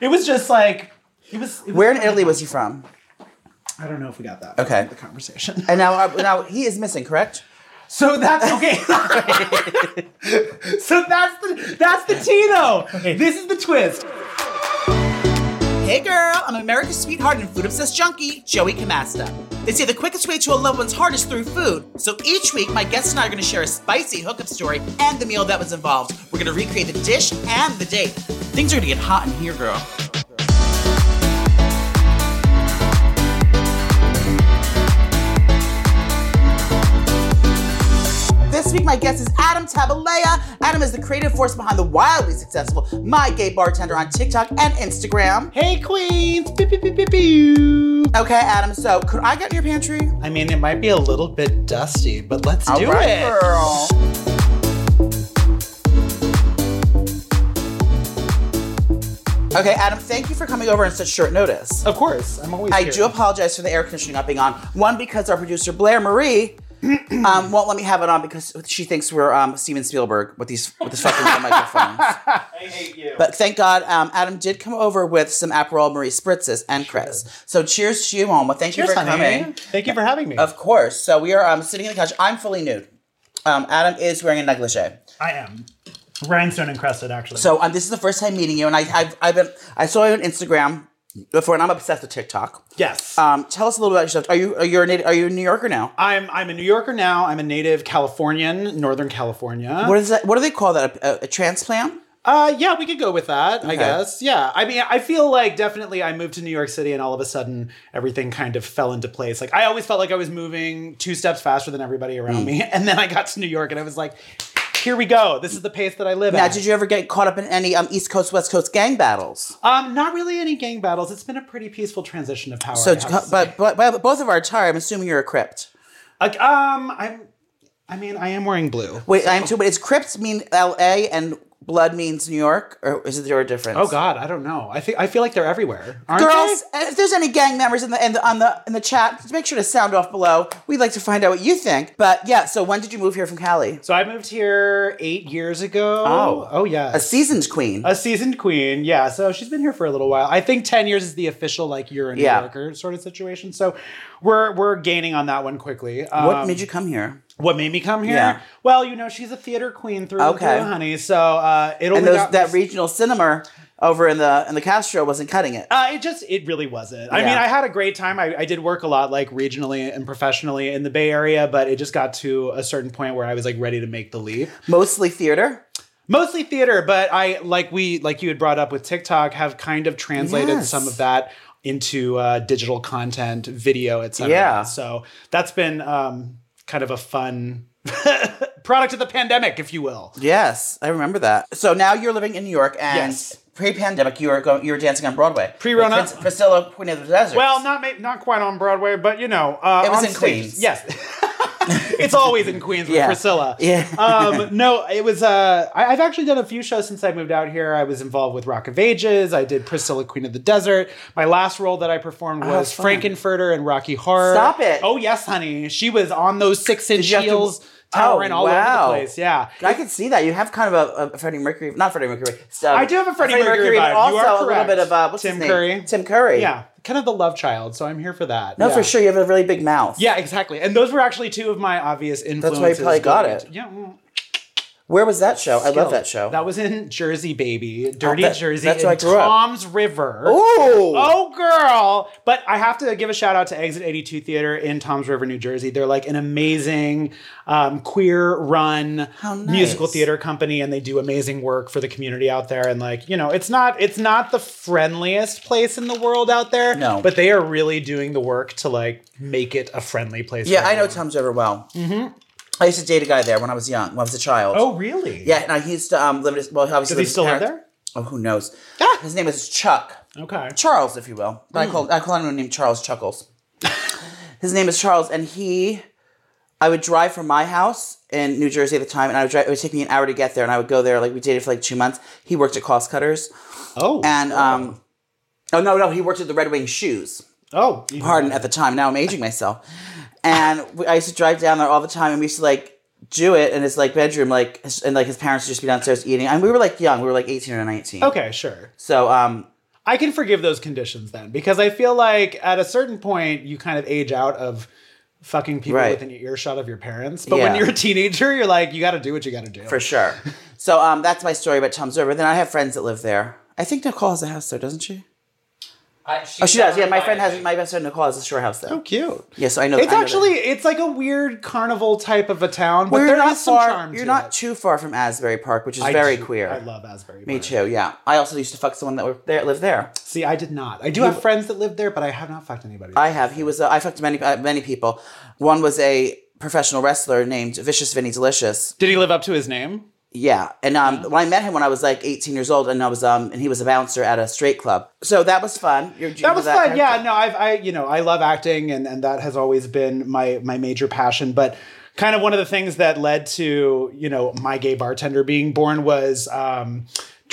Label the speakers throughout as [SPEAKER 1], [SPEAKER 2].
[SPEAKER 1] It was just like it was. It was
[SPEAKER 2] Where in Italy was he from?
[SPEAKER 1] I don't know if we got that.
[SPEAKER 2] Okay.
[SPEAKER 1] From the conversation.
[SPEAKER 2] And now, uh, now he is missing, correct?
[SPEAKER 1] So that's okay. so that's the that's the Tino. This is the twist.
[SPEAKER 2] Hey girl, I'm America's sweetheart and food obsessed junkie, Joey Camasta. They say the quickest way to a loved one's heart is through food. So each week, my guests and I are going to share a spicy hookup story and the meal that was involved. We're going to recreate the dish and the date. Things are going to get hot in here, girl. This week, my guest is Adam Tabalea. Adam is the creative force behind the wildly successful My Gay Bartender on TikTok and Instagram.
[SPEAKER 1] Hey queens. Pew, pew, pew, pew, pew.
[SPEAKER 2] Okay, Adam, so could I get in your pantry?
[SPEAKER 1] I mean, it might be a little bit dusty, but let's do
[SPEAKER 2] All right,
[SPEAKER 1] it.
[SPEAKER 2] girl. Okay, Adam, thank you for coming over on such short notice.
[SPEAKER 1] Of course, I'm always.
[SPEAKER 2] I
[SPEAKER 1] here.
[SPEAKER 2] do apologize for the air conditioning not being on. One, because our producer, Blair Marie, um, won't let me have it on because she thinks we're um, Steven Spielberg with these with this fucking little microphones.
[SPEAKER 1] I hate you.
[SPEAKER 2] But thank God, um, Adam did come over with some Aperol Marie spritzes and Chris. So cheers to you, Mama. Thank you
[SPEAKER 1] Cheers,
[SPEAKER 2] for
[SPEAKER 1] honey.
[SPEAKER 2] coming.
[SPEAKER 1] Thank you for having me.
[SPEAKER 2] Of course. So we are um, sitting on the couch. I'm fully nude. Um, Adam is wearing a negligee.
[SPEAKER 1] I am rhinestone encrusted, actually.
[SPEAKER 2] So um, this is the first time meeting you, and I, I've, I've been I saw you on Instagram before, and I'm obsessed with TikTok.
[SPEAKER 1] yes.
[SPEAKER 2] Um, tell us a little about yourself. Are you are you a native, are you a New Yorker now?
[SPEAKER 1] I'm I'm a New Yorker now. I'm a native Californian, Northern California.
[SPEAKER 2] What is that? What do they call that? A, a, a transplant?
[SPEAKER 1] Uh, yeah, we could go with that, I guess. Yeah, I mean, I feel like definitely I moved to New York City, and all of a sudden everything kind of fell into place. Like I always felt like I was moving two steps faster than everybody around
[SPEAKER 2] Hmm.
[SPEAKER 1] me, and then I got to New York, and I was like, "Here we go. This is the pace that I live
[SPEAKER 2] Now,
[SPEAKER 1] at."
[SPEAKER 2] did you ever get caught up in any um, East Coast West Coast gang battles?
[SPEAKER 1] um, not really any gang battles. It's been a pretty peaceful transition of power.
[SPEAKER 2] So, uh,
[SPEAKER 1] I have to
[SPEAKER 2] but, but but but both of our attire. I'm assuming you're a crypt.
[SPEAKER 1] Like, um, I'm. I mean, I am wearing blue.
[SPEAKER 2] Wait, I'm too. But is crypt mean L.A. and blood means New York, or is it there a difference?
[SPEAKER 1] Oh God, I don't know. I think I feel like they're everywhere. Aren't
[SPEAKER 2] Girls, and if there's any gang members in the, in the on the in the chat, just make sure to sound off below. We'd like to find out what you think. But yeah, so when did you move here from Cali?
[SPEAKER 1] So I moved here eight years ago.
[SPEAKER 2] Oh.
[SPEAKER 1] oh yeah.
[SPEAKER 2] A seasoned queen.
[SPEAKER 1] A seasoned queen, yeah. So she's been here for a little while. I think ten years is the official like you're a New
[SPEAKER 2] Yeah.
[SPEAKER 1] Yorker sort of situation. So we're we're gaining on that one quickly. Um,
[SPEAKER 2] what made you come here?
[SPEAKER 1] What made me come here?
[SPEAKER 2] Yeah.
[SPEAKER 1] Well, you know she's a theater queen through and
[SPEAKER 2] Okay.
[SPEAKER 1] through, honey. So uh, it only
[SPEAKER 2] And those,
[SPEAKER 1] got
[SPEAKER 2] that regional cinema over in the in the Castro wasn't cutting it.
[SPEAKER 1] Uh, it just it really wasn't. I
[SPEAKER 2] Yeah.
[SPEAKER 1] mean, I had a great time. I, I did work a lot, like regionally and professionally in the Bay Area, but it just got to a certain point where I was like ready to make the leap.
[SPEAKER 2] Mostly theater.
[SPEAKER 1] mostly theater but i like we like you had brought up with tiktok have kind of translated
[SPEAKER 2] Yes.
[SPEAKER 1] some of that into uh, digital content video etc
[SPEAKER 2] Yeah.
[SPEAKER 1] so that's been um, kind of a fun product of the pandemic if you will
[SPEAKER 2] Yes, I remember that. So now you're living in New York, and
[SPEAKER 1] Yes.
[SPEAKER 2] pre-pandemic you were going, you were dancing on Broadway.
[SPEAKER 1] Pre-Rona.
[SPEAKER 2] With Pris- Priscilla, Queen of the Desert.
[SPEAKER 1] well not ma- not quite on broadway but you know uh,
[SPEAKER 2] It was
[SPEAKER 1] on
[SPEAKER 2] in
[SPEAKER 1] stage.
[SPEAKER 2] Queens.
[SPEAKER 1] yes it's always in queens with
[SPEAKER 2] Yeah.
[SPEAKER 1] priscilla
[SPEAKER 2] Yeah.
[SPEAKER 1] um, no it was uh, I, i've actually done a few shows since i moved out here i was involved with rock of ages i did priscilla queen of the desert my last role that i performed was
[SPEAKER 2] that's Oh, fun.
[SPEAKER 1] frankenfurter and rocky horror
[SPEAKER 2] Stop it.
[SPEAKER 1] oh yes honey she was on those six inch
[SPEAKER 2] you have to-
[SPEAKER 1] heels towering
[SPEAKER 2] Oh,
[SPEAKER 1] all
[SPEAKER 2] wow.
[SPEAKER 1] over the place yeah
[SPEAKER 2] I can see that you have kind of a, a Freddie Mercury, not Freddie Mercury. So
[SPEAKER 1] I do have a Freddie Mercury
[SPEAKER 2] but
[SPEAKER 1] vibe. You
[SPEAKER 2] also
[SPEAKER 1] are
[SPEAKER 2] a little
[SPEAKER 1] correct.
[SPEAKER 2] bit of uh, what's
[SPEAKER 1] Tim
[SPEAKER 2] his name?
[SPEAKER 1] Curry.
[SPEAKER 2] Tim Curry.
[SPEAKER 1] yeah kind of the love child so i'm here for that
[SPEAKER 2] No,
[SPEAKER 1] Yeah.
[SPEAKER 2] for sure. You have a really big mouth.
[SPEAKER 1] yeah exactly and those were actually two of my obvious
[SPEAKER 2] why
[SPEAKER 1] influences
[SPEAKER 2] you probably got
[SPEAKER 1] going
[SPEAKER 2] it.
[SPEAKER 1] into- yeah mm, well,
[SPEAKER 2] Where was that show? I love that show.
[SPEAKER 1] That was in Jersey, baby. Dirty
[SPEAKER 2] that-
[SPEAKER 1] Jersey.
[SPEAKER 2] that's
[SPEAKER 1] in
[SPEAKER 2] where I grew up.
[SPEAKER 1] Tom's River.
[SPEAKER 2] Ooh.
[SPEAKER 1] Oh, girl. But I have to give a shout out to Exit 82 Theater in Tom's River, New Jersey. They're like an amazing um, queer run
[SPEAKER 2] How nice.
[SPEAKER 1] musical theater company, and they do amazing work for the community out there. And like, you know, it's not it's not the friendliest place in the world out there.
[SPEAKER 2] No.
[SPEAKER 1] But they are really doing the work to like make it a friendly place.
[SPEAKER 2] yeah,
[SPEAKER 1] for
[SPEAKER 2] I know
[SPEAKER 1] everyone.
[SPEAKER 2] Tom's River well. Mm-hmm. I used to date a guy there when I was young, when I was a child.
[SPEAKER 1] Oh, really?
[SPEAKER 2] Yeah, and he used to um, live. in his- Well, he obviously
[SPEAKER 1] Does he still live
[SPEAKER 2] lives with his
[SPEAKER 1] there?
[SPEAKER 2] parents. Oh, who knows?
[SPEAKER 1] Ah.
[SPEAKER 2] His name is Chuck.
[SPEAKER 1] Okay.
[SPEAKER 2] Charles, if you will. But I call I call him named Charles Chuckles. His name is Charles, and he I would drive from my house in New Jersey at the time, and I would drive it would take me an hour to get there, and I would go there like we dated for like two months. He worked at Cost Cutters.
[SPEAKER 1] Oh.
[SPEAKER 2] And um Oh no, no, he worked at the Red Wing Shoes.
[SPEAKER 1] oh.
[SPEAKER 2] Pardon at the time. Now I'm aging myself. And we, I used to drive down there all the time, and we used to like do it in his like bedroom, like his- and like his parents would just be downstairs eating. And we were like young, we were like 18 or 19.
[SPEAKER 1] Okay, sure.
[SPEAKER 2] So um
[SPEAKER 1] I can forgive those conditions then because I feel like at a certain point you kind of age out of fucking people
[SPEAKER 2] Right.
[SPEAKER 1] within earshot of your parents. But when
[SPEAKER 2] Yeah.
[SPEAKER 1] you're a teenager, you're like, you got to do what you got to do.
[SPEAKER 2] for sure. so um, that's my story about Tom's River. Then I have friends that live there. I think Nicole has a house there, doesn't she?
[SPEAKER 3] I,
[SPEAKER 2] Oh, she does. Yeah, my friend has my best friend Nicole has a shore house there.
[SPEAKER 1] So cute.
[SPEAKER 2] Yeah, so I know. I
[SPEAKER 1] It's
[SPEAKER 2] know that.
[SPEAKER 1] actually it's like a weird carnival type of a town, but
[SPEAKER 2] You're
[SPEAKER 1] there
[SPEAKER 2] not
[SPEAKER 1] is some
[SPEAKER 2] far.
[SPEAKER 1] charm.
[SPEAKER 2] you're
[SPEAKER 1] to
[SPEAKER 2] not
[SPEAKER 1] it.
[SPEAKER 2] too far from Asbury Park, which is
[SPEAKER 1] I
[SPEAKER 2] very
[SPEAKER 1] do-
[SPEAKER 2] queer.
[SPEAKER 1] I love Asbury.
[SPEAKER 2] Me too. Yeah, I also used to fuck someone that were there lived there.
[SPEAKER 1] See, I did not. I do have friends that live there, but I have not fucked anybody.
[SPEAKER 2] I have. He was. A, I fucked many uh, many people. One was a professional wrestler named Vicious Vinny Delicious.
[SPEAKER 1] did he live up to his name?
[SPEAKER 2] Yeah, and um, when I met him when I was like 18 years old, and I was um, and he was a bouncer at a straight club. So that was fun. You're- you
[SPEAKER 1] That
[SPEAKER 2] know
[SPEAKER 1] was fun.
[SPEAKER 2] character?
[SPEAKER 1] Yeah, no, I've, I, you know, I love acting, and and that has always been my my major passion. But kind of one of the things that led to you know my gay bartender being born was. Um,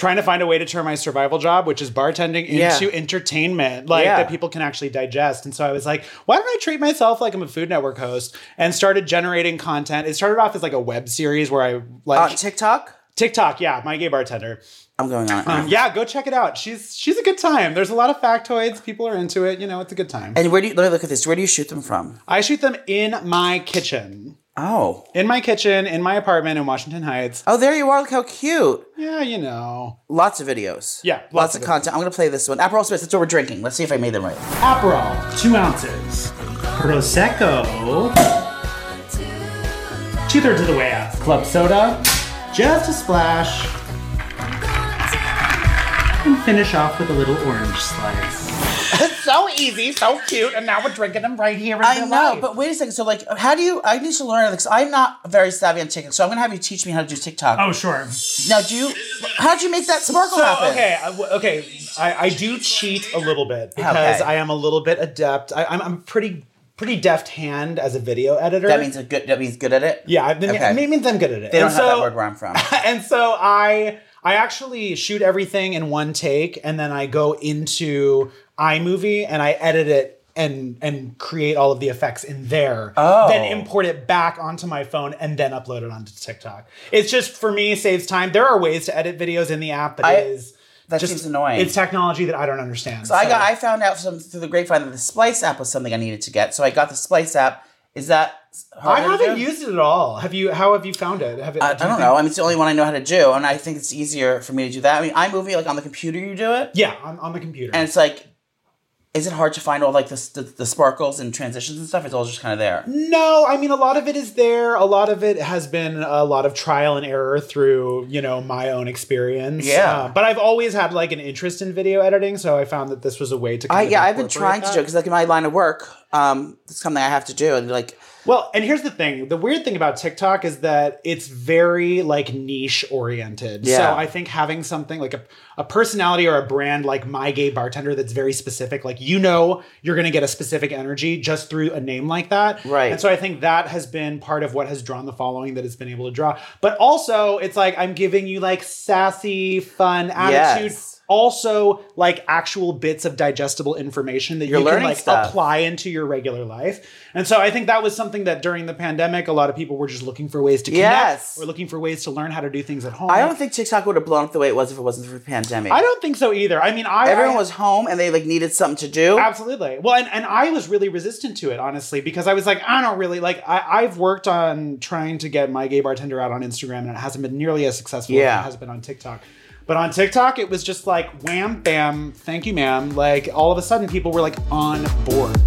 [SPEAKER 1] Trying to find a way to turn my survival job, which is bartending, into
[SPEAKER 2] Yeah.
[SPEAKER 1] entertainment, like
[SPEAKER 2] Yeah.
[SPEAKER 1] that people can actually digest. And so I was like, why don't I treat myself like I'm a Food Network host? And started generating content. It started off as like a web series where I like
[SPEAKER 2] On TikTok,
[SPEAKER 1] TikTok, yeah, my gay bartender.
[SPEAKER 2] I'm going on. it now.
[SPEAKER 1] Um, yeah, go check it out. She's she's a good time. There's a lot of factoids. People are into it. You know, it's a good time.
[SPEAKER 2] and where do you let me look at this? Where do you shoot them from?
[SPEAKER 1] I shoot them in my kitchen,
[SPEAKER 2] Oh,
[SPEAKER 1] in my kitchen, in my apartment in Washington Heights.
[SPEAKER 2] oh, there you are. Look how cute.
[SPEAKER 1] Yeah, you know,
[SPEAKER 2] Lots of videos.
[SPEAKER 1] Yeah,
[SPEAKER 2] lots,
[SPEAKER 1] lots
[SPEAKER 2] of,
[SPEAKER 1] of
[SPEAKER 2] content. I'm gonna play this one. Aperol Spritz. That's what we're drinking. Let's see if I made them right.
[SPEAKER 1] Aperol, two ounces, prosecco, two thirds of the way up, club soda, just a splash, and finish off with a little orange slice.
[SPEAKER 2] It's so easy. So
[SPEAKER 1] Cute, and now we're drinking them right here. In
[SPEAKER 2] I
[SPEAKER 1] real
[SPEAKER 2] know,
[SPEAKER 1] life.
[SPEAKER 2] but wait a second. So, like, how do you? I need to learn because I'm not very savvy on TikTok. So, I'm gonna have you teach me how to do TikTok.
[SPEAKER 1] oh sure.
[SPEAKER 2] Now, do you? How'd you make that sparkle
[SPEAKER 1] So,
[SPEAKER 2] happen?
[SPEAKER 1] okay, I, w- okay, I, I do cheat a little bit because
[SPEAKER 2] Okay.
[SPEAKER 1] I am a little bit adept. I, I'm, I'm pretty pretty deft hand as a video editor.
[SPEAKER 2] That means a good. That means good at it.
[SPEAKER 1] yeah, I mean,
[SPEAKER 2] Okay.
[SPEAKER 1] it means I'm good at it.
[SPEAKER 2] They don't
[SPEAKER 1] and
[SPEAKER 2] have
[SPEAKER 1] so,
[SPEAKER 2] that word where I'm from.
[SPEAKER 1] and so I I actually shoot everything in one take, and then I go into iMovie and I edit it. And and create all of the effects in there,
[SPEAKER 2] Oh.
[SPEAKER 1] then import it back onto my phone and then upload it onto TikTok. It's just for me saves time. There are ways to edit videos in the app, but
[SPEAKER 2] I-
[SPEAKER 1] it is
[SPEAKER 2] That
[SPEAKER 1] just
[SPEAKER 2] seems annoying.
[SPEAKER 1] It's technology that I don't understand.
[SPEAKER 2] so I got. I found out some through the grapevine that the Splice app was something I needed to get. So I got the Splice app. Is that?
[SPEAKER 1] I
[SPEAKER 2] harder to
[SPEAKER 1] haven't
[SPEAKER 2] do?
[SPEAKER 1] used it at all. Have you? How have you found it? Have it
[SPEAKER 2] I, I don't know. I mean, it's the only one I know how to do, and I think it's easier for me to do that. I mean, iMovie, like on the computer, you do it,
[SPEAKER 1] Yeah, on, on the computer.
[SPEAKER 2] and it's like, is it hard to find all like the the, the sparkles and transitions and stuff? It's all just kind of there.
[SPEAKER 1] No, I mean a lot of it is there. A lot of it has been a lot of trial and error through you know my own experience.
[SPEAKER 2] Yeah.
[SPEAKER 1] Uh, but I've always had like an interest in video editing, so I found that this was a way to. Kind
[SPEAKER 2] I,
[SPEAKER 1] of
[SPEAKER 2] yeah, I've been
[SPEAKER 1] incorporate
[SPEAKER 2] trying to
[SPEAKER 1] that.
[SPEAKER 2] do because like in my line of work, um, it's something I have to do, and like
[SPEAKER 1] Well, and here's the thing. The weird thing about TikTok is that it's very like niche oriented.
[SPEAKER 2] Yeah.
[SPEAKER 1] So I think having something like a, a personality or a brand like My Gay Bartender that's very specific, like you know you're gonna get a specific energy just through a name like that.
[SPEAKER 2] Right.
[SPEAKER 1] And so I think that has been part of what has drawn the following that it's been able to draw. But also it's like I'm giving you like sassy, fun attitude.
[SPEAKER 2] Yes.
[SPEAKER 1] Also, like actual bits of digestible information that
[SPEAKER 2] You're
[SPEAKER 1] you can
[SPEAKER 2] learning
[SPEAKER 1] like
[SPEAKER 2] stuff.
[SPEAKER 1] apply into your regular life. And so I think that was something that during the pandemic, a lot of people were just looking for ways to connect
[SPEAKER 2] Yes.
[SPEAKER 1] or looking for ways to learn how to do things at home.
[SPEAKER 2] I don't think TikTok would have blown up the way it was if it wasn't for the pandemic.
[SPEAKER 1] I don't think so either. I mean, I
[SPEAKER 2] Everyone
[SPEAKER 1] I-
[SPEAKER 2] was home and they like needed something to do.
[SPEAKER 1] Absolutely. Well, and, and I was really resistant to it, honestly, because I was like, I don't really like I, I've worked on trying to get my gay bartender out on Instagram and it hasn't been nearly as successful as
[SPEAKER 2] Yeah.
[SPEAKER 1] it has been on TikTok. But on TikTok, it was just like wham bam, thank you, ma'am. Like all of a sudden people were like on board.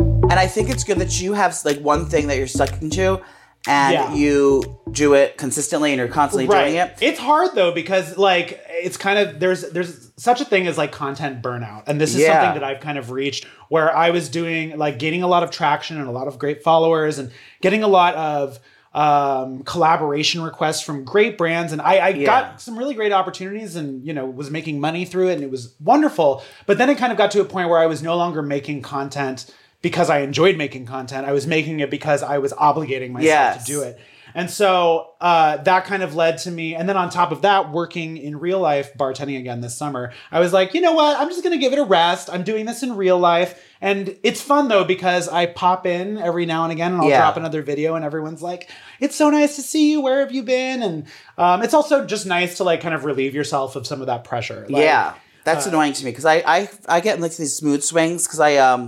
[SPEAKER 2] And I think it's good that you have like one thing that you're stuck into, and
[SPEAKER 1] Yeah.
[SPEAKER 2] you do it consistently, and you're constantly doing it.
[SPEAKER 1] It's hard though because like it's kind of there's there's such a thing as like content burnout, and this is
[SPEAKER 2] Yeah.
[SPEAKER 1] something that I've kind of reached where I was doing like gaining a lot of traction and a lot of great followers and getting a lot of um collaboration requests from great brands and i i got some really great opportunities and you know was making money through it and it was wonderful but then it kind of got to a point where i was no longer making content because i enjoyed making content i was making it because i was obligating myself
[SPEAKER 2] Yes.
[SPEAKER 1] to do it And so uh, that kind of led to me. And then on top of that, working in real life, bartending again this summer, I was like, you know what? I'm just going to give it a rest. I'm doing this in real life. And it's fun though, because I pop in every now and again and I'll
[SPEAKER 3] Yeah.
[SPEAKER 1] drop another video and everyone's like, it's so nice to see you. Where have you been? And um, it's also just nice to like kind of relieve yourself of some of that pressure. Like, uh,
[SPEAKER 3] yeah,
[SPEAKER 2] That's annoying to me because I, I I get like these mood swings because I um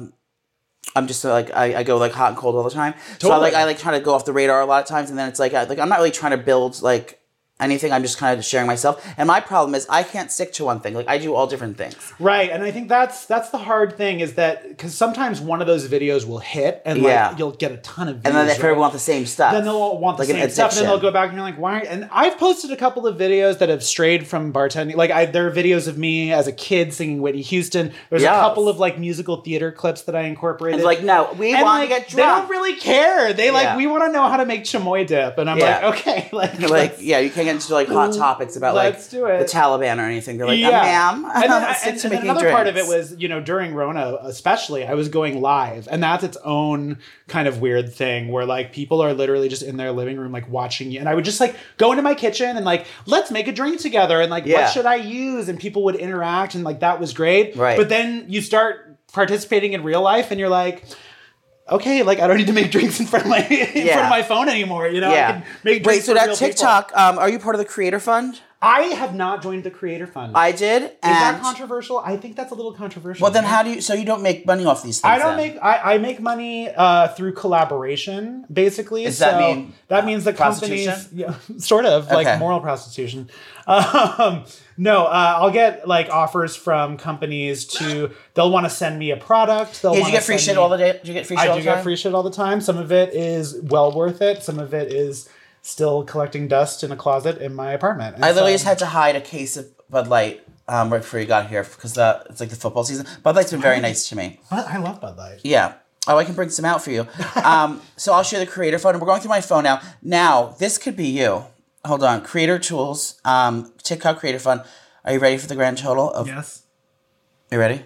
[SPEAKER 2] I'm just uh, like I, I go like hot and cold all the time. So I
[SPEAKER 1] Totally.
[SPEAKER 2] like I like try to go off the radar a lot of times, and then it's like I, like I'm not really trying to build like anything. I'm just kind of sharing myself. And my problem is I can't stick to one thing. Like I do all different things.
[SPEAKER 1] Right, and I think that's that's the hard thing is that because sometimes one of those videos will hit and like
[SPEAKER 2] Yeah.
[SPEAKER 1] you'll get a ton of views,
[SPEAKER 2] And then if
[SPEAKER 1] right?
[SPEAKER 2] everyone wants the same stuff,
[SPEAKER 1] then they'll all want the
[SPEAKER 2] Like an
[SPEAKER 1] same stuff, and then they'll
[SPEAKER 2] addiction.
[SPEAKER 1] go back and you're like, why? And I've posted a couple of videos that have strayed from bartending. Like I, there are videos of me as a kid singing Whitney Houston. There's
[SPEAKER 2] Yes.
[SPEAKER 1] a couple of like musical theater clips that I incorporated.
[SPEAKER 2] it's like no, we
[SPEAKER 1] and like
[SPEAKER 2] want to get
[SPEAKER 1] they don't
[SPEAKER 2] drunk.
[SPEAKER 1] really care. They
[SPEAKER 2] Yeah.
[SPEAKER 1] like we want to know how to make chamoy dip, and I'm
[SPEAKER 2] Yeah.
[SPEAKER 1] like, okay, like
[SPEAKER 2] like yeah, you can't get into like hot topics about like
[SPEAKER 1] let's do
[SPEAKER 2] the
[SPEAKER 1] it.
[SPEAKER 2] Taliban or anything. They're like,
[SPEAKER 1] Yeah.
[SPEAKER 2] "Uh, ma'am,
[SPEAKER 1] and, then,
[SPEAKER 2] stick
[SPEAKER 1] and,
[SPEAKER 2] to
[SPEAKER 1] and
[SPEAKER 2] making
[SPEAKER 1] another part of it
[SPEAKER 2] drinks."
[SPEAKER 1] was you know during rona especially i was going live and that's its own kind of weird thing where like people are literally just in their living room like watching you and i would just like go into my kitchen and like let's make a drink together and like
[SPEAKER 2] Yeah.
[SPEAKER 1] what should i use and people would interact and like that was great
[SPEAKER 2] Right.
[SPEAKER 1] but then you start participating in real life and you're like okay like i don't need to make drinks in front of my in
[SPEAKER 2] Yeah.
[SPEAKER 1] front of my phone anymore you know
[SPEAKER 2] Yeah.
[SPEAKER 1] I can make
[SPEAKER 2] Wait,
[SPEAKER 1] drinks
[SPEAKER 2] so
[SPEAKER 1] for
[SPEAKER 2] that
[SPEAKER 1] real people.
[SPEAKER 2] TikTok, um, are you part of the Creator Fund?
[SPEAKER 1] i have not joined the creator fund
[SPEAKER 2] I did. And
[SPEAKER 1] is that controversial? I think that's a little controversial.
[SPEAKER 2] well, then how do you? So you don't make money off these things?
[SPEAKER 1] I don't
[SPEAKER 2] then?
[SPEAKER 1] make I, I make money uh, through collaboration basically.
[SPEAKER 2] Does
[SPEAKER 1] so
[SPEAKER 2] that mean, uh,
[SPEAKER 1] that means the companies
[SPEAKER 2] prostitution?
[SPEAKER 1] yeah, sort of
[SPEAKER 2] Okay.
[SPEAKER 1] like moral prostitution. Um, no, uh, I'll get like offers from companies to they'll want to send me a product. They'll
[SPEAKER 2] Yeah, do you
[SPEAKER 1] wanna
[SPEAKER 2] get free
[SPEAKER 1] send
[SPEAKER 2] shit
[SPEAKER 1] me-
[SPEAKER 2] all the day? Do you get free shit all
[SPEAKER 1] I
[SPEAKER 2] the
[SPEAKER 1] do
[SPEAKER 2] time?
[SPEAKER 1] get free shit all the time. Some of it is well worth it. Some of it is still collecting dust in a closet in my apartment. And
[SPEAKER 2] I literally
[SPEAKER 1] so-
[SPEAKER 2] just had to hide a case of Bud Light um, right before you got here because the it's like the football season. Bud Light's been very nice to me.
[SPEAKER 1] But I love Bud Light.
[SPEAKER 2] Yeah. Oh, I can bring some out for you. Um, so I'll share the creator phone. We're going through my phone now. Now, this could be you. Hold on. Creator tools, um, TikTok creator fund. Are you ready for the grand total of
[SPEAKER 1] Yes.
[SPEAKER 2] You ready?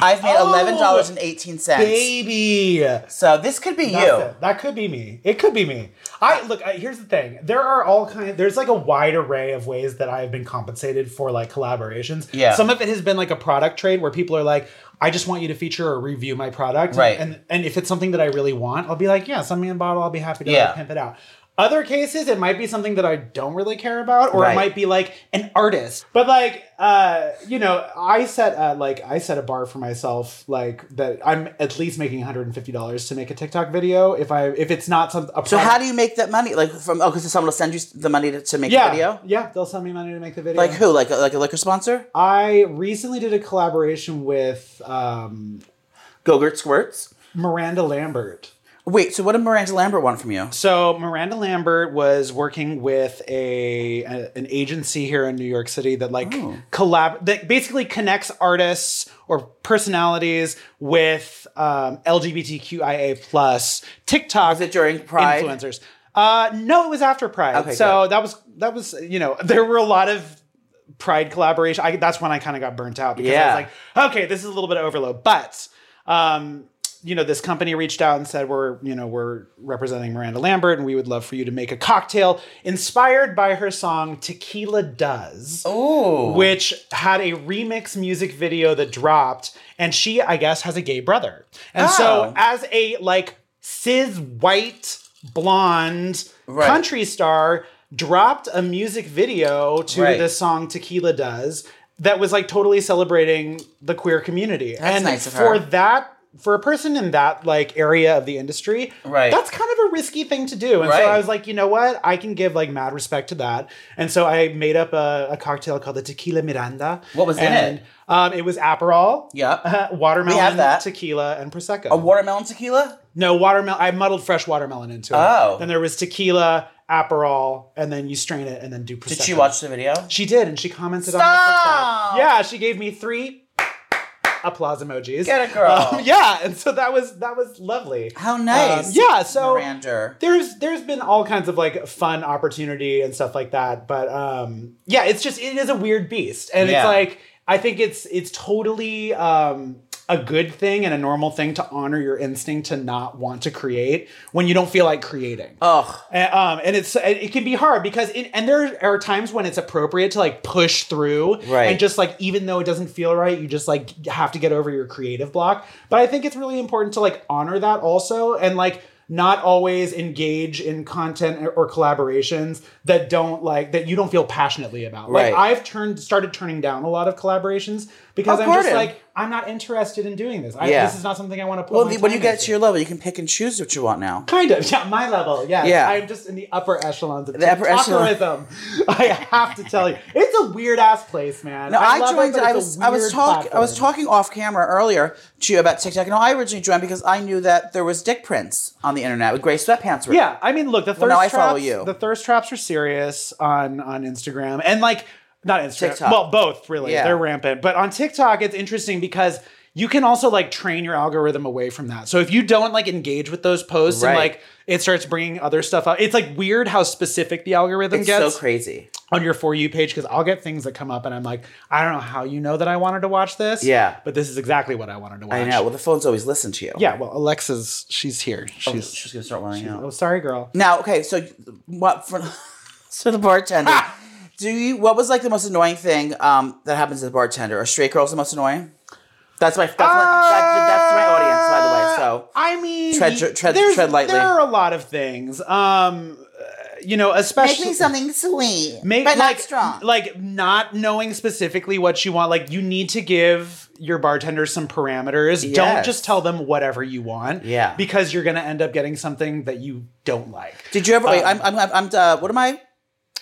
[SPEAKER 2] I've made
[SPEAKER 1] Oh,
[SPEAKER 2] eleven dollars and eighteen cents.
[SPEAKER 1] Baby.
[SPEAKER 2] So this could be
[SPEAKER 1] That's
[SPEAKER 2] you.
[SPEAKER 1] it. That could be me. It could be me. I look. I, here's the thing. There are all kind. There's like a wide array of ways that I have been compensated for like collaborations.
[SPEAKER 2] Yeah.
[SPEAKER 1] Some of it has been like a product trade where people are like, "I just want you to feature or review my product."
[SPEAKER 2] Right.
[SPEAKER 1] And and if it's something that I really want, I'll be like, "Yeah, send me a bottle. I'll be happy to like,
[SPEAKER 2] Yeah.
[SPEAKER 1] pimp it out." Other cases, it might be something that I don't really care about, or
[SPEAKER 2] Right.
[SPEAKER 1] it might be like an artist. But like, uh, you know, I set a, like I set a bar for myself, like that I'm at least making $150 to make a TikTok video. If I if it's not some a
[SPEAKER 2] So how do you make that money? Like from oh, because someone will send you the money to, to make
[SPEAKER 1] yeah,
[SPEAKER 2] the video.
[SPEAKER 1] yeah, they'll send me money to make the video.
[SPEAKER 2] Like who? Like a, like a liquor sponsor?
[SPEAKER 1] I recently did a collaboration with um,
[SPEAKER 2] Gogurt squirts.
[SPEAKER 1] Miranda Lambert.
[SPEAKER 2] Wait. So what did Miranda Lambert want from you?
[SPEAKER 1] So Miranda Lambert was working with a, a- an agency here in New York City that like collab that basically connects artists or personalities with um, LGBTQIA plus TikTok
[SPEAKER 2] Was it during Pride?
[SPEAKER 1] influencers. Uh, no, it was after Pride.
[SPEAKER 2] Okay,
[SPEAKER 1] so that was that was you know there were a lot of Pride collaboration. I, that's when I kind of got burnt out because
[SPEAKER 2] Yeah.
[SPEAKER 1] I was like, okay, this is a little bit of overload, but. Um, you know, this company reached out and said, "We're, you know, we're representing Miranda Lambert, and we would love for you to make a cocktail inspired by her song Tequila Does."
[SPEAKER 2] Ooh.
[SPEAKER 1] which had a remix music video that dropped and she i guess has a gay brother and
[SPEAKER 2] Oh.
[SPEAKER 1] so as a like cis white blonde
[SPEAKER 2] Right.
[SPEAKER 1] country star dropped a music video to
[SPEAKER 2] Right.
[SPEAKER 1] this song tequila does that was like totally celebrating the queer community
[SPEAKER 2] That's
[SPEAKER 1] and
[SPEAKER 2] nice of
[SPEAKER 1] for
[SPEAKER 2] her.
[SPEAKER 1] that for a person in that like area of the industry
[SPEAKER 2] Right.
[SPEAKER 1] that's kind of a risky thing to do and so
[SPEAKER 2] Right.
[SPEAKER 1] i was like you know what i can give like mad respect to that and so i made up a, a cocktail called the tequila miranda
[SPEAKER 2] What was in
[SPEAKER 1] And,
[SPEAKER 2] it?
[SPEAKER 1] um, it was aperol
[SPEAKER 2] Yep.
[SPEAKER 1] watermelon
[SPEAKER 2] We have that.
[SPEAKER 1] tequila and prosecco
[SPEAKER 2] A watermelon tequila.
[SPEAKER 1] no watermelon i muddled fresh watermelon into it
[SPEAKER 2] Oh.
[SPEAKER 1] then there was tequila aperol and then you strain it and then do prosecco
[SPEAKER 2] Did she watch the video?
[SPEAKER 1] she did, and she commented
[SPEAKER 2] Stop!
[SPEAKER 1] on it. Yeah, she gave me three applause emojis.
[SPEAKER 2] Get it, girl.
[SPEAKER 1] Um, yeah, and so that was that was lovely.
[SPEAKER 2] How nice.
[SPEAKER 1] Um, yeah, so
[SPEAKER 2] Miranda.
[SPEAKER 1] there's there's been all kinds of like fun opportunity and stuff like that, but um, yeah, it's just it is a weird beast, and
[SPEAKER 2] Yeah.
[SPEAKER 1] it's like I think it's it's totally um, a good thing and a normal thing to honor your instinct to not want to create when you don't feel like creating.
[SPEAKER 2] Ugh.
[SPEAKER 1] And, um, and it's and it can be hard because it, and there are times when it's appropriate to like push through
[SPEAKER 2] Right.
[SPEAKER 1] and just like even though it doesn't feel right, you just like have to get over your creative block. But I think it's really important to like honor that also and like not always engage in content or- or collaborations that don't like that you don't feel passionately about. Like
[SPEAKER 2] Right.
[SPEAKER 1] I've turned started turning down a lot of collaborations because
[SPEAKER 2] Oh,
[SPEAKER 1] I'm just
[SPEAKER 2] pardon.
[SPEAKER 1] like I'm not interested in doing this. I,
[SPEAKER 2] Yeah.
[SPEAKER 1] This is not something I want to put.
[SPEAKER 2] Well,
[SPEAKER 1] my
[SPEAKER 2] the- when you
[SPEAKER 1] time
[SPEAKER 2] get
[SPEAKER 1] into.
[SPEAKER 2] to your level, you can pick and choose what you want now.
[SPEAKER 1] Kind of, yeah, my level, yes.
[SPEAKER 2] Yeah.
[SPEAKER 1] I'm just in the upper echelons of
[SPEAKER 2] The upper echelon.
[SPEAKER 1] TikTokerism. I have to tell you, it's a weird ass place, man.
[SPEAKER 2] No, I,
[SPEAKER 1] love it,
[SPEAKER 2] joined.
[SPEAKER 1] but
[SPEAKER 2] I
[SPEAKER 1] it's a
[SPEAKER 2] was I was
[SPEAKER 1] weird
[SPEAKER 2] talking I was
[SPEAKER 1] platform.
[SPEAKER 2] talking off camera earlier to you about TikTok. No, I originally joined because I knew that there was dick prints on the internet with gray sweatpants. were-
[SPEAKER 1] Yeah, I mean, look, the thirst
[SPEAKER 2] now I
[SPEAKER 1] traps.
[SPEAKER 2] follow you.
[SPEAKER 1] The thirst traps are serious on on Instagram and like not Instagram.
[SPEAKER 2] TikTok.
[SPEAKER 1] Well, both really.
[SPEAKER 2] Yeah.
[SPEAKER 1] They're rampant, but on TikTok, it's interesting because you can also like train your algorithm away from that. So if you don't like engage with those posts and
[SPEAKER 2] Right.
[SPEAKER 1] like it starts bringing other stuff up, it's like weird how specific the algorithm
[SPEAKER 2] it's
[SPEAKER 1] gets.
[SPEAKER 2] so crazy.
[SPEAKER 1] on your for you page because I'll get things that come up and I'm like, I don't know how you know that I wanted to watch this.
[SPEAKER 2] Yeah.
[SPEAKER 1] But this is exactly what I wanted to watch.
[SPEAKER 2] I know. Well, the phones always listen to you.
[SPEAKER 1] Yeah, well, Alexa's she's here. She's
[SPEAKER 2] she's gonna start wearing
[SPEAKER 1] oh,
[SPEAKER 2] out.
[SPEAKER 1] sorry, girl.
[SPEAKER 2] Now, okay, so what for? So the bartender. Do you? What was like the most annoying thing um, that happens to the bartender? Are straight girls the most annoying? That's my that's, my, that- that's my audience, by the way. So
[SPEAKER 1] I mean,
[SPEAKER 2] Tread- tread-
[SPEAKER 1] there's-
[SPEAKER 2] tread lightly.
[SPEAKER 1] There are a lot of things. Um, uh, you know, especially
[SPEAKER 2] something sweet,
[SPEAKER 1] make like, Like not knowing specifically what you want. Like you need to give your bartender some parameters. Don't
[SPEAKER 2] Yes.
[SPEAKER 1] just tell them whatever you want.
[SPEAKER 2] Yeah.
[SPEAKER 1] Because you're gonna end up getting something that you don't like.
[SPEAKER 2] Did you ever? wait, I'm I'm I'm. I'm uh, what am I?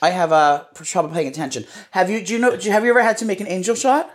[SPEAKER 2] I have uh, trouble paying attention. Have you? Do you know? Do you, have you ever had to make an angel shot?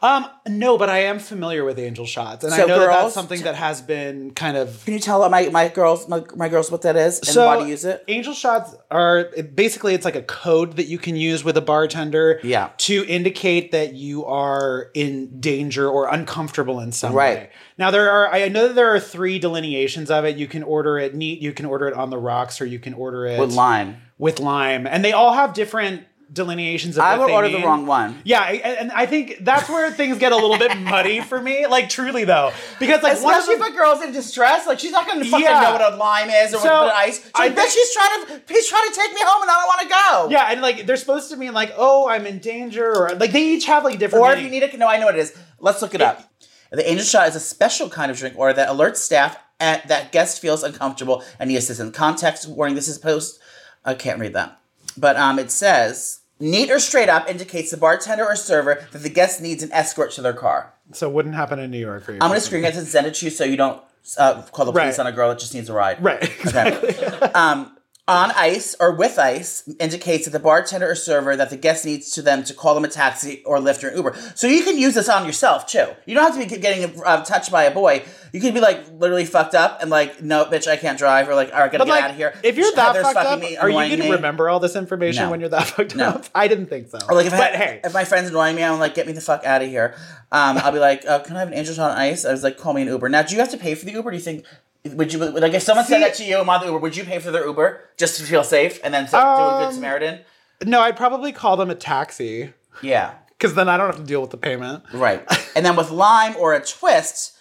[SPEAKER 1] Um, no, but I am familiar with angel shots, and I
[SPEAKER 2] So
[SPEAKER 1] know that that's
[SPEAKER 2] girls-
[SPEAKER 1] something that has been kind of.
[SPEAKER 2] Can you tell my my girls my, my girls what that is and why to use it?
[SPEAKER 1] Angel shots are basically it's like a code that you can use with a bartender,
[SPEAKER 2] Yeah.
[SPEAKER 1] to indicate that you are in danger or uncomfortable in some
[SPEAKER 2] Right.
[SPEAKER 1] way. Now there are I know that there are three delineations of it. You can order it neat, you can order it on the rocks, or you can order it
[SPEAKER 2] With lime.
[SPEAKER 1] with lime, and they all have different delineations of
[SPEAKER 2] I
[SPEAKER 1] what
[SPEAKER 2] would
[SPEAKER 1] they
[SPEAKER 2] order
[SPEAKER 1] mean.
[SPEAKER 2] the wrong one.
[SPEAKER 1] Yeah, I- and and I think that's where things get a little bit muddy for me. Like truly though, because like one of
[SPEAKER 2] Especially
[SPEAKER 1] the-
[SPEAKER 2] if a girl's in distress, like she's not gonna fucking
[SPEAKER 1] Yeah.
[SPEAKER 2] know what a lime is or
[SPEAKER 1] So,
[SPEAKER 2] what an ice. She,
[SPEAKER 1] I
[SPEAKER 2] I
[SPEAKER 1] think-
[SPEAKER 2] bet she's trying to he's trying to take me home and I don't want to go.
[SPEAKER 1] yeah, and like they're supposed to mean like, oh, I'm in danger, or like they each have like different.
[SPEAKER 2] Or if
[SPEAKER 1] meaning.
[SPEAKER 2] you need a no, I know what it is. Let's look it up. The angel shot is a special kind of drink order that alerts staff at, that guest feels uncomfortable and needs this in context. Warning: This is post. I can't read that, but um, it says neat or straight up indicates the bartender or server that the guest needs an escort to their car.
[SPEAKER 1] so it wouldn't happen in New York. For you.
[SPEAKER 2] I'm gonna screen this and send it to you so you don't uh, call the police
[SPEAKER 1] Right.
[SPEAKER 2] on a girl that just needs a ride.
[SPEAKER 1] right.
[SPEAKER 2] Um, on ice or with ice indicates that the bartender or server that the guest needs to them to call them a taxi or Lyft or an Uber. So you can use this on yourself too. You don't have to be getting uh, touched by a boy. You can be like literally fucked up and like, no, bitch, I can't drive. Or like, all right, gotta
[SPEAKER 1] But
[SPEAKER 2] get
[SPEAKER 1] like,
[SPEAKER 2] out of here.
[SPEAKER 1] if you're that
[SPEAKER 2] Heather's
[SPEAKER 1] fucked
[SPEAKER 2] fucking
[SPEAKER 1] up,
[SPEAKER 2] me,
[SPEAKER 1] are you
[SPEAKER 2] annoying
[SPEAKER 1] going to
[SPEAKER 2] me.
[SPEAKER 1] remember all this information
[SPEAKER 2] No.
[SPEAKER 1] when you're that fucked
[SPEAKER 2] No.
[SPEAKER 1] up? I didn't think so.
[SPEAKER 2] Or like if, I,
[SPEAKER 1] but hey,
[SPEAKER 2] if my friend's annoying me, I'm like, get me the fuck out of here. Um, I'll be like, oh, can I have an angel shot on ice? I was like, call me an Uber. Now, do you have to pay for the Uber? Do you think, would you, like, if someone
[SPEAKER 1] See-
[SPEAKER 2] said that to you, I'm on the Uber, would you pay for their Uber just to feel safe and then so- do a
[SPEAKER 1] Um,
[SPEAKER 2] good Samaritan?
[SPEAKER 1] no, I'd probably call them a taxi
[SPEAKER 2] Yeah.
[SPEAKER 1] because then I don't have to deal with the payment.
[SPEAKER 2] Right. and then with lime or a twist,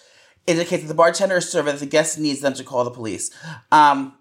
[SPEAKER 2] indicates that the bartender or server that the guest needs them to call the police. Um,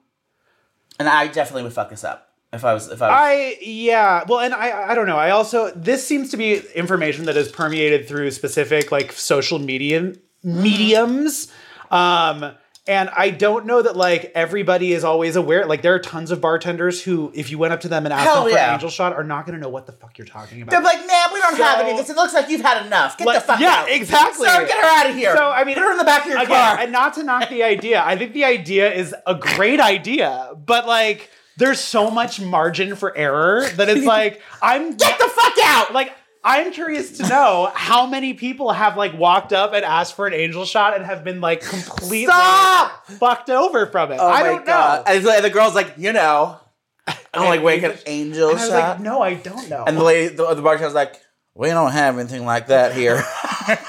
[SPEAKER 2] and I definitely would fuck this up if I was if I was.
[SPEAKER 1] I yeah. Well, and I I don't know. I also this seems to be information that is permeated through specific like social medium mediums. Um and I don't know that like everybody is always aware. Like there are tons of bartenders who, if you went up to them and asked
[SPEAKER 2] Hell
[SPEAKER 1] them for an
[SPEAKER 2] yeah.
[SPEAKER 1] angel shot, are not going to know what the fuck you're talking about.
[SPEAKER 2] They're like, man, we don't have
[SPEAKER 1] So-
[SPEAKER 2] any of this. It looks like you've had enough. Get
[SPEAKER 1] Like,
[SPEAKER 2] the fuck
[SPEAKER 1] yeah,
[SPEAKER 2] out.
[SPEAKER 1] exactly.
[SPEAKER 2] Sir, get her out of here.
[SPEAKER 1] So, I mean-
[SPEAKER 2] put her in the back of your
[SPEAKER 1] Again,
[SPEAKER 2] car.
[SPEAKER 1] and not to knock the idea. I think the idea is a great idea, but like there's so much margin for error that it's like I'm
[SPEAKER 2] get the fuck out.
[SPEAKER 1] like I'm curious to know how many people have like walked up and asked for an angel shot and have been like completely
[SPEAKER 2] Stop! Oh
[SPEAKER 1] fucked over from it. I don't know.
[SPEAKER 2] And it's like- the girl's like, you know, I'm like, wait, an angel
[SPEAKER 1] And I was
[SPEAKER 2] shot.
[SPEAKER 1] like, no, I don't know.
[SPEAKER 2] And the lady, the, the bartender's like, "We don't have anything like that here.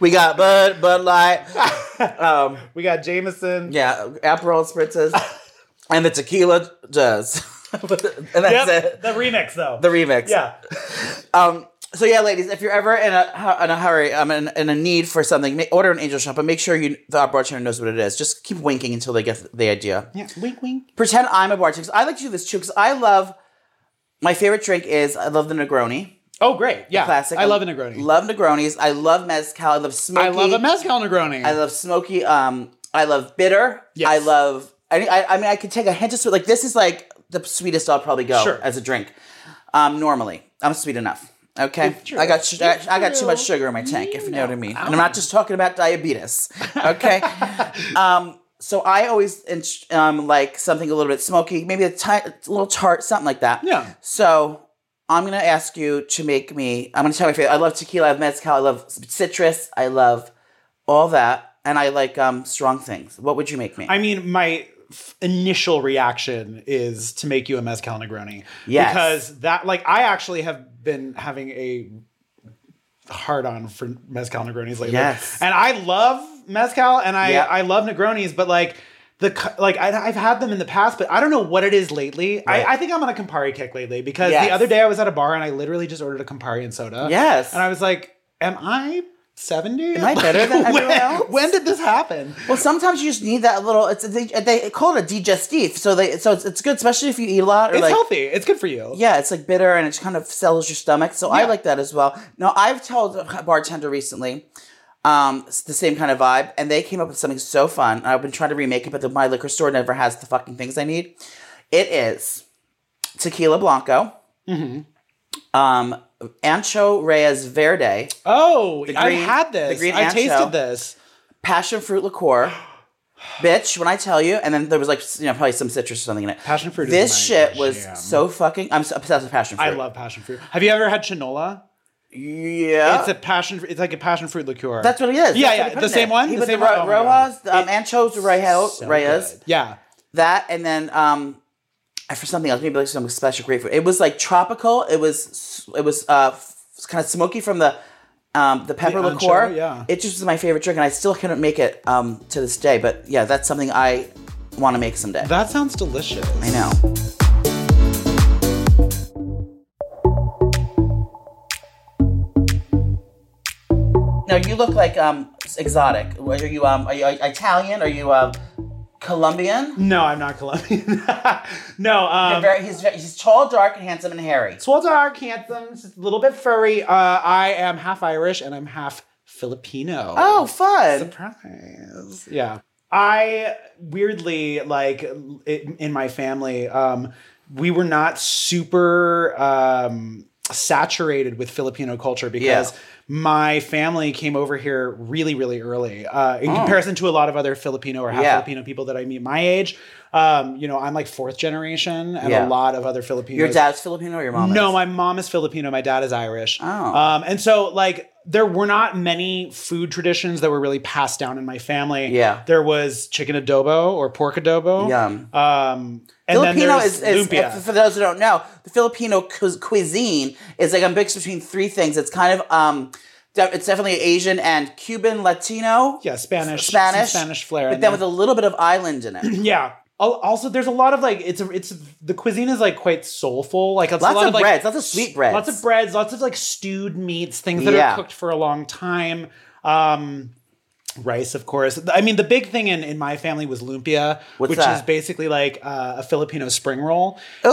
[SPEAKER 2] we got Bud, Bud Light, um,
[SPEAKER 1] we got Jameson.
[SPEAKER 2] yeah, Aperol spritzes, and the tequila does, and that's
[SPEAKER 1] Yep,
[SPEAKER 2] it.
[SPEAKER 1] the remix though.
[SPEAKER 2] The remix.
[SPEAKER 1] yeah.
[SPEAKER 2] Um, So yeah, ladies, if you're ever in a in a hurry, um, in, in a need for something, ma- order an angel shot, but make sure you the bartender knows what it is. Just keep winking until they get the idea.
[SPEAKER 1] Yeah, wink, wink.
[SPEAKER 2] Pretend I'm a bartender. 'cause I like to do this too because I love my favorite drink is I love the Negroni.
[SPEAKER 1] Oh, great. Yeah.
[SPEAKER 2] Classic.
[SPEAKER 1] I love a Negroni.
[SPEAKER 2] Love Negronis. I love mezcal. I love smoky.
[SPEAKER 1] I love a Mezcal Negroni.
[SPEAKER 2] I love smoky. Um, I love bitter.
[SPEAKER 1] Yes.
[SPEAKER 2] I love. I, I, I mean, I could take a hint of sweet. Like this is like the sweetest I'll probably go
[SPEAKER 1] Sure.
[SPEAKER 2] as a drink. Um, normally I'm sweet enough. Okay,
[SPEAKER 1] It's true.
[SPEAKER 2] I got su- I, I got too
[SPEAKER 1] true.
[SPEAKER 2] much sugar in my tank, if you know what I
[SPEAKER 1] know.
[SPEAKER 2] mean. And I'm not just talking about diabetes. Okay, um, so I always int- um, like something a little bit smoky, maybe a ti- a little tart, something like that.
[SPEAKER 1] Yeah.
[SPEAKER 2] So I'm gonna ask you to make me. I'm gonna tell my favorite. I love tequila. I love mezcal. I love citrus. I love all that, and I like um, strong things. What would you make me?
[SPEAKER 1] I mean, my f- initial reaction is to make you a mezcal Negroni.
[SPEAKER 2] Yes.
[SPEAKER 1] Because that, like, I actually have been having a hard on for mezcal Negronis lately.
[SPEAKER 2] Yes.
[SPEAKER 1] And I love mezcal and I,
[SPEAKER 2] Yeah.
[SPEAKER 1] I love Negronis, but like, the, co- like I, I've had them in the past, but I don't know what it is lately.
[SPEAKER 2] Right.
[SPEAKER 1] I, I think I'm on a Campari kick lately because
[SPEAKER 2] Yes.
[SPEAKER 1] the other day I was at a bar and I literally just ordered a Campari and soda.
[SPEAKER 2] Yes.
[SPEAKER 1] and I was like, "Am I 70?
[SPEAKER 2] Am I better than
[SPEAKER 1] when,
[SPEAKER 2] everyone else?
[SPEAKER 1] When did this happen?
[SPEAKER 2] well, sometimes you just need that little. It's they, they call it a digestif, so they so it's, it's good, especially if you eat a lot or
[SPEAKER 1] It's
[SPEAKER 2] like
[SPEAKER 1] healthy. It's good for you.
[SPEAKER 2] Yeah, it's like bitter and it kind of settles your stomach. So I
[SPEAKER 1] Yeah.
[SPEAKER 2] like that as well. Now I've told a bartender recently um, s- the same kind of vibe, and they came up with something so fun. and I've been trying to remake it, but the, my liquor store never has the fucking things I need. It is tequila blanco,
[SPEAKER 1] Mm-hmm.
[SPEAKER 2] um, ancho reyes verde,
[SPEAKER 1] Oh, I
[SPEAKER 2] green-
[SPEAKER 1] had
[SPEAKER 2] the
[SPEAKER 1] this.
[SPEAKER 2] green
[SPEAKER 1] I
[SPEAKER 2] ancho.
[SPEAKER 1] tasted this.
[SPEAKER 2] passion fruit liqueur. Bitch, when I tell you, and then there was like you know probably some citrus or something in it.
[SPEAKER 1] Passion fruit is
[SPEAKER 2] This
[SPEAKER 1] my
[SPEAKER 2] shit was
[SPEAKER 1] jam.
[SPEAKER 2] so fucking. I'm so obsessed with passion fruit.
[SPEAKER 1] I love passion fruit. Have you ever had chinola?
[SPEAKER 2] Yeah,
[SPEAKER 1] It's a passion. It's like a passion fruit liqueur.
[SPEAKER 2] Uh, That's what it is.
[SPEAKER 1] Yeah,
[SPEAKER 2] That's what
[SPEAKER 1] yeah,
[SPEAKER 2] he put
[SPEAKER 1] the
[SPEAKER 2] in
[SPEAKER 1] same
[SPEAKER 2] there.
[SPEAKER 1] one?
[SPEAKER 2] He
[SPEAKER 1] The
[SPEAKER 2] put the
[SPEAKER 1] same one?
[SPEAKER 2] ro-
[SPEAKER 1] Oh my God.
[SPEAKER 2] Rojas, um, anchos, Rejo,
[SPEAKER 1] So
[SPEAKER 2] Reyes,
[SPEAKER 1] good. Yeah.
[SPEAKER 2] that, and then um, I- for something else, maybe like some special grapefruit. It was like tropical. It was s- it was uh, kind of smoky from the um, the pepper
[SPEAKER 1] The ancho,
[SPEAKER 2] liqueur.
[SPEAKER 1] yeah.
[SPEAKER 2] it just was my favorite drink, and I still couldn't make it um, to this day. But yeah, that's something I want to make someday.
[SPEAKER 1] That sounds delicious.
[SPEAKER 2] I know. Now you look like um exotic. Are you um are you Italian? Are you um Colombian?
[SPEAKER 1] No, I'm not Colombian. no.
[SPEAKER 2] You're
[SPEAKER 1] Um,
[SPEAKER 2] very, he's ve- he's tall, dark, and handsome, and hairy.
[SPEAKER 1] Swole dark, handsome, just a little bit furry. Uh, I am half Irish and I'm half Filipino.
[SPEAKER 2] Oh, fun!
[SPEAKER 1] surprise yeah i weirdly like it, in my family um we were not super um saturated with filipino culture because
[SPEAKER 2] Yeah.
[SPEAKER 1] my family came over here really really early uh in comparison to a lot of other filipino or half
[SPEAKER 2] Oh. Yeah.
[SPEAKER 1] filipino people that i meet my age um you know i'm like fourth generation and
[SPEAKER 2] Yeah.
[SPEAKER 1] a lot of other filipinos
[SPEAKER 2] Your dad's Filipino, or your mom?
[SPEAKER 1] no,
[SPEAKER 2] is?
[SPEAKER 1] my mom is Filipino. My dad is Irish.
[SPEAKER 2] Oh.
[SPEAKER 1] Um, and so like there were not many food traditions that were really passed down in my family.
[SPEAKER 2] Yeah.
[SPEAKER 1] There was chicken adobo or pork adobo.
[SPEAKER 2] Yum.
[SPEAKER 1] Um, and
[SPEAKER 2] Filipino
[SPEAKER 1] then there's
[SPEAKER 2] is, is
[SPEAKER 1] lumpia.
[SPEAKER 2] for those who don't know, the Filipino cu- cuisine is like a mix between three things. It's kind of um, de- it's definitely Asian and Cuban, Latino,
[SPEAKER 1] yeah, Spanish. some
[SPEAKER 2] Spanish,
[SPEAKER 1] Spanish flair.
[SPEAKER 2] but
[SPEAKER 1] in there.
[SPEAKER 2] then with a little bit of island in it.
[SPEAKER 1] yeah. Al- Also, there's a lot of like it's a, it's the cuisine is like quite soulful. Like it's
[SPEAKER 2] Lots
[SPEAKER 1] a lot of,
[SPEAKER 2] of
[SPEAKER 1] like,
[SPEAKER 2] breads, lots of sweet breads.
[SPEAKER 1] lots of breads, lots of like stewed meats, things that
[SPEAKER 2] Yeah.
[SPEAKER 1] are cooked for a long time. Um, rice, of course. I mean, the big thing in, in my family was lumpia,
[SPEAKER 2] What's
[SPEAKER 1] which
[SPEAKER 2] that?
[SPEAKER 1] is basically like uh, a Filipino spring roll.
[SPEAKER 2] Ooh.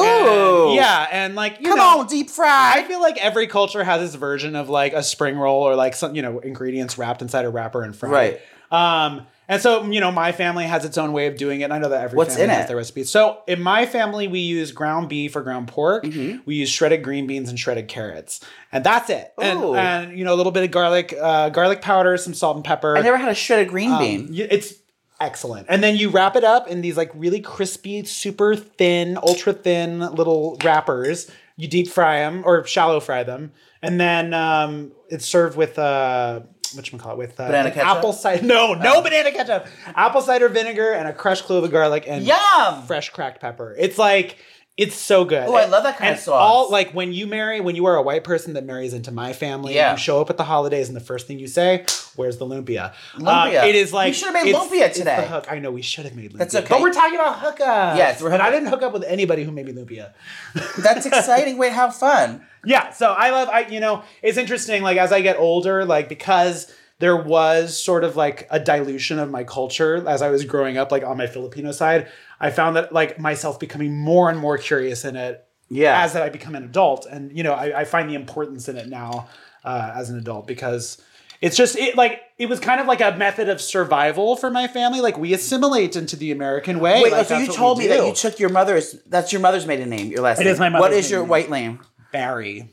[SPEAKER 1] And- yeah, and like you
[SPEAKER 2] Come
[SPEAKER 1] know,
[SPEAKER 2] on, deep
[SPEAKER 1] I
[SPEAKER 2] fried.
[SPEAKER 1] feel like every culture has its version of like a spring roll or like some, you know, ingredients wrapped inside a wrapper and fried. Right. Um, and so, you know, my family has its own way of doing it. And I know that every
[SPEAKER 2] What's
[SPEAKER 1] family
[SPEAKER 2] in
[SPEAKER 1] has
[SPEAKER 2] it?
[SPEAKER 1] their recipe. So in my family, we use ground beef or ground pork.
[SPEAKER 2] Mm-hmm.
[SPEAKER 1] We use shredded green beans and shredded carrots. And that's it. And,
[SPEAKER 2] Ooh.
[SPEAKER 1] and, you know, a little bit of garlic, uh, garlic powder, some salt and pepper.
[SPEAKER 2] I never had a shredded green bean.
[SPEAKER 1] Um, Y- it's excellent. And then you wrap it up in these like really crispy, super thin, ultra thin little wrappers. You deep fry them or shallow fry them, and then um, it's served with uh, what call it with uh,
[SPEAKER 2] Banana ketchup? Oh.
[SPEAKER 1] apple cider. No, no banana ketchup. Apple cider vinegar and a crushed clove of garlic and
[SPEAKER 2] Yum!
[SPEAKER 1] fresh cracked pepper. It's like It's so good.
[SPEAKER 2] Oh, I love that kind
[SPEAKER 1] and
[SPEAKER 2] of sauce.
[SPEAKER 1] All like when you marry, when you are a white person that marries into my family,
[SPEAKER 2] Yeah.
[SPEAKER 1] you show up at the holidays, and the first thing you say, "Where's the lumpia?" Uh,
[SPEAKER 2] Lumpia.
[SPEAKER 1] it is like
[SPEAKER 2] We should have made
[SPEAKER 1] it's-
[SPEAKER 2] lumpia
[SPEAKER 1] it's the
[SPEAKER 2] today.
[SPEAKER 1] hook. I know we should have made lumpia.
[SPEAKER 2] That's okay.
[SPEAKER 1] But we're talking about hookup.
[SPEAKER 2] Yes, we're
[SPEAKER 1] and I
[SPEAKER 2] hookup.
[SPEAKER 1] didn't hook up with anybody who made me lumpia.
[SPEAKER 2] That's exciting. Wait, how fun.
[SPEAKER 1] Yeah, so I love I you know, it's interesting like as I get older like because there was sort of like a dilution of my culture as I was growing up like on my Filipino side, I found that like myself becoming more and more curious in it
[SPEAKER 2] Yeah.
[SPEAKER 1] as that I become an adult and you know, I, I find the importance in it now uh, as an adult because it's just it like it was kind of like a method of survival for my family. Like we assimilate into the American way.
[SPEAKER 2] Wait,
[SPEAKER 1] like,
[SPEAKER 2] so you
[SPEAKER 1] that's what
[SPEAKER 2] told
[SPEAKER 1] we
[SPEAKER 2] me that
[SPEAKER 1] do.
[SPEAKER 2] you took your mother's. That's your mother's maiden name. Your last. It name.
[SPEAKER 1] is my
[SPEAKER 2] What
[SPEAKER 1] mother's
[SPEAKER 2] is your
[SPEAKER 1] maiden
[SPEAKER 2] white name?
[SPEAKER 1] Barry.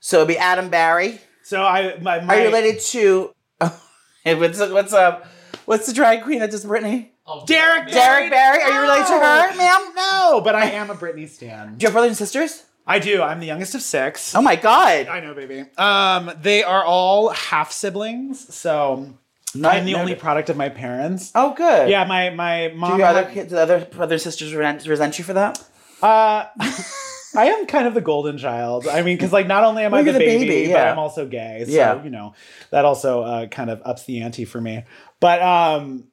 [SPEAKER 2] So it'd be Adam Barry.
[SPEAKER 1] So I my, my
[SPEAKER 2] Are you related to? Hey, what's up? What's up? What's the drag queen that just Brittany?
[SPEAKER 1] Derek
[SPEAKER 2] Derek Barry. Are you related to her, ma'am?
[SPEAKER 1] No, but I am a Britney stan.
[SPEAKER 2] Do you have brothers and sisters?
[SPEAKER 1] I do. I'm the youngest of six.
[SPEAKER 2] Oh my god!
[SPEAKER 1] I know, baby. Um, they are all half siblings, so
[SPEAKER 2] Not-
[SPEAKER 1] I'm the
[SPEAKER 2] no-
[SPEAKER 1] only product of my parents.
[SPEAKER 2] Oh good.
[SPEAKER 1] Yeah, my my mom.
[SPEAKER 2] Do your other
[SPEAKER 1] had-
[SPEAKER 2] kids, the other brothers and sisters resent, resent you for that?
[SPEAKER 1] Uh, I am kind of the golden child. I mean, because like not only am I
[SPEAKER 2] Well,
[SPEAKER 1] the,
[SPEAKER 2] you're the
[SPEAKER 1] baby,
[SPEAKER 2] baby,
[SPEAKER 1] but
[SPEAKER 2] yeah.
[SPEAKER 1] I'm also gay. So
[SPEAKER 2] Yeah.
[SPEAKER 1] you know that also uh, kind of ups the ante for me. But um,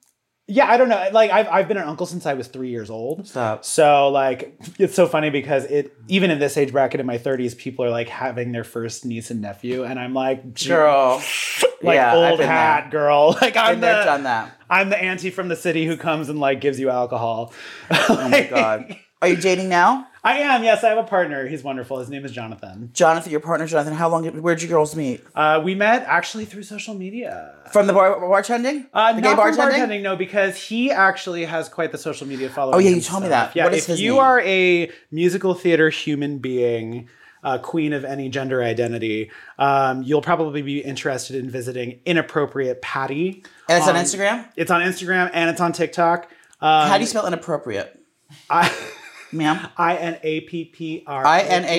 [SPEAKER 1] yeah, I don't know. Like I've I've been an uncle since I was three years old.
[SPEAKER 2] Stop.
[SPEAKER 1] So like it's so funny because it even in this age bracket in my 30s, people are like having their first niece and nephew, and I'm like gee,
[SPEAKER 2] Girl.
[SPEAKER 1] like
[SPEAKER 2] yeah, I've
[SPEAKER 1] old
[SPEAKER 2] been
[SPEAKER 1] hat girl. Like I'm
[SPEAKER 2] I've never
[SPEAKER 1] the
[SPEAKER 2] done that.
[SPEAKER 1] I'm the auntie from the city who comes and like gives you alcohol.
[SPEAKER 2] Oh my god. Are you dating now,
[SPEAKER 1] I am. Yes, I have a partner. He's wonderful. His name is Jonathan.
[SPEAKER 2] Jonathan? Your partner, Jonathan. How long? Did, where'd you girls meet?
[SPEAKER 1] Uh, we met actually through social media.
[SPEAKER 2] From the bar, bartending?
[SPEAKER 1] Uh,
[SPEAKER 2] the
[SPEAKER 1] not from bartending, no, because he actually has quite the social media following.
[SPEAKER 2] Oh, yeah, you
[SPEAKER 1] himself.
[SPEAKER 2] told me that.
[SPEAKER 1] Yeah,
[SPEAKER 2] What is
[SPEAKER 1] if
[SPEAKER 2] his
[SPEAKER 1] you
[SPEAKER 2] name?
[SPEAKER 1] are a musical theater human being, uh, queen of any gender identity, um, you'll probably be interested in visiting inappropriate Patty.
[SPEAKER 2] And
[SPEAKER 1] Um,
[SPEAKER 2] it's on Instagram.
[SPEAKER 1] It's on Instagram and it's on TikTok. Um,
[SPEAKER 2] How do you spell inappropriate,
[SPEAKER 1] I
[SPEAKER 2] ma'am?
[SPEAKER 1] I N A P P R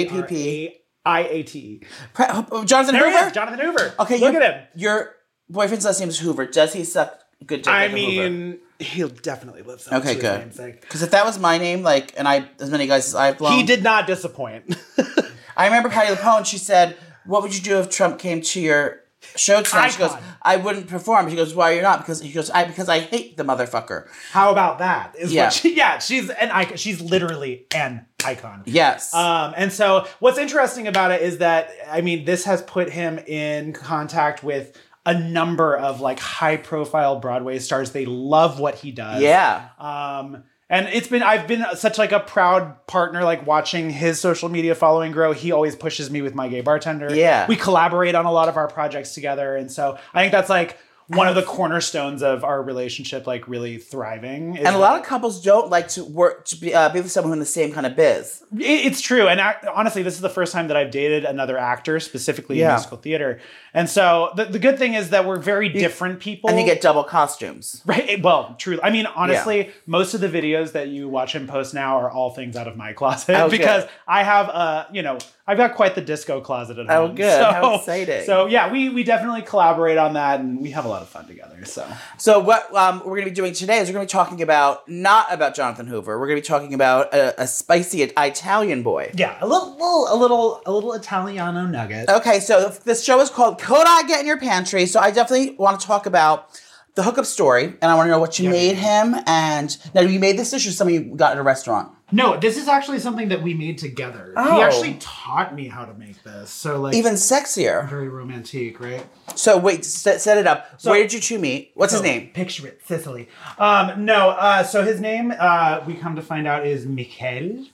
[SPEAKER 2] I-N-A-P-P.
[SPEAKER 1] I A T E.
[SPEAKER 2] Pre- oh, Jonathan
[SPEAKER 1] There he
[SPEAKER 2] Hoover.
[SPEAKER 1] is, Jonathan Hoover.
[SPEAKER 2] okay,
[SPEAKER 1] look
[SPEAKER 2] your,
[SPEAKER 1] at him.
[SPEAKER 2] Your boyfriend's last name is Hoover. Does he suck good dick?
[SPEAKER 1] I
[SPEAKER 2] like a Hoover?
[SPEAKER 1] mean, he'll definitely live up
[SPEAKER 2] Okay,
[SPEAKER 1] to
[SPEAKER 2] good.
[SPEAKER 1] his namesake.
[SPEAKER 2] Because if that was my name, like, and I as many guys as I've blown,
[SPEAKER 1] He did not disappoint.
[SPEAKER 2] I remember Patty LuPone. She said, "What would you do if Trump came to your show tonight?" She goes,
[SPEAKER 1] Icon.
[SPEAKER 2] "I wouldn't perform." She goes, "Why you're not?" Because she goes, "I because I hate the motherfucker."
[SPEAKER 1] How about that? Is
[SPEAKER 2] Yeah.
[SPEAKER 1] what she, yeah, she's an icon. She's literally an icon.
[SPEAKER 2] Yes.
[SPEAKER 1] Um, and so what's interesting about it is that I mean, this has put him in contact with a number of like high profile Broadway stars. They love what he does.
[SPEAKER 2] yeah.
[SPEAKER 1] Um, and it's been I've been such like a proud partner, like watching his social media following grow. He always pushes me with my gay bartender.
[SPEAKER 2] Yeah.
[SPEAKER 1] we collaborate on a lot of our projects together, and so I think that's like one of the cornerstones of our relationship, like really thriving.
[SPEAKER 2] and a lot of couples don't like to work to be, uh, be with someone in the same kind of biz.
[SPEAKER 1] it's true, and I, honestly, this is the first time that I've dated another actor, specifically
[SPEAKER 2] Yeah.
[SPEAKER 1] in musical theater. And so the, the good thing is that we're very different people.
[SPEAKER 2] And you get double costumes.
[SPEAKER 1] Right. eh, Well, truly, I mean, honestly, most of the videos that you watch him post now are all things out of my closet
[SPEAKER 2] Oh, good.
[SPEAKER 1] because I have, uh, you know, I've got quite the disco closet at
[SPEAKER 2] Oh,
[SPEAKER 1] home.
[SPEAKER 2] good. How exciting.
[SPEAKER 1] So yeah, we we definitely collaborate on that, and we have a lot of fun together. So
[SPEAKER 2] So what um, we're going to be doing today is we're going to be talking about not about Jonathan Hoover. We're going to be talking about a, a spicy Italian boy.
[SPEAKER 1] yeah, a little, little a little, a little Italiano nugget.
[SPEAKER 2] Okay, so this show is called Could I Get in Your Pantry? So I definitely want to talk about the hookup story, and I want to know what you made him. And now, you made this dish or something you got at a restaurant?
[SPEAKER 1] No, this is actually something that we made together.
[SPEAKER 2] Oh.
[SPEAKER 1] He actually taught me how to make this. So like
[SPEAKER 2] Even sexier.
[SPEAKER 1] very romantic, right?
[SPEAKER 2] So wait, set, set it up. Where did you two meet? What's his
[SPEAKER 1] Oh,
[SPEAKER 2] name?
[SPEAKER 1] Picture it, Sicily. Um, no, uh, so his name, uh, we come to find out, is Michel.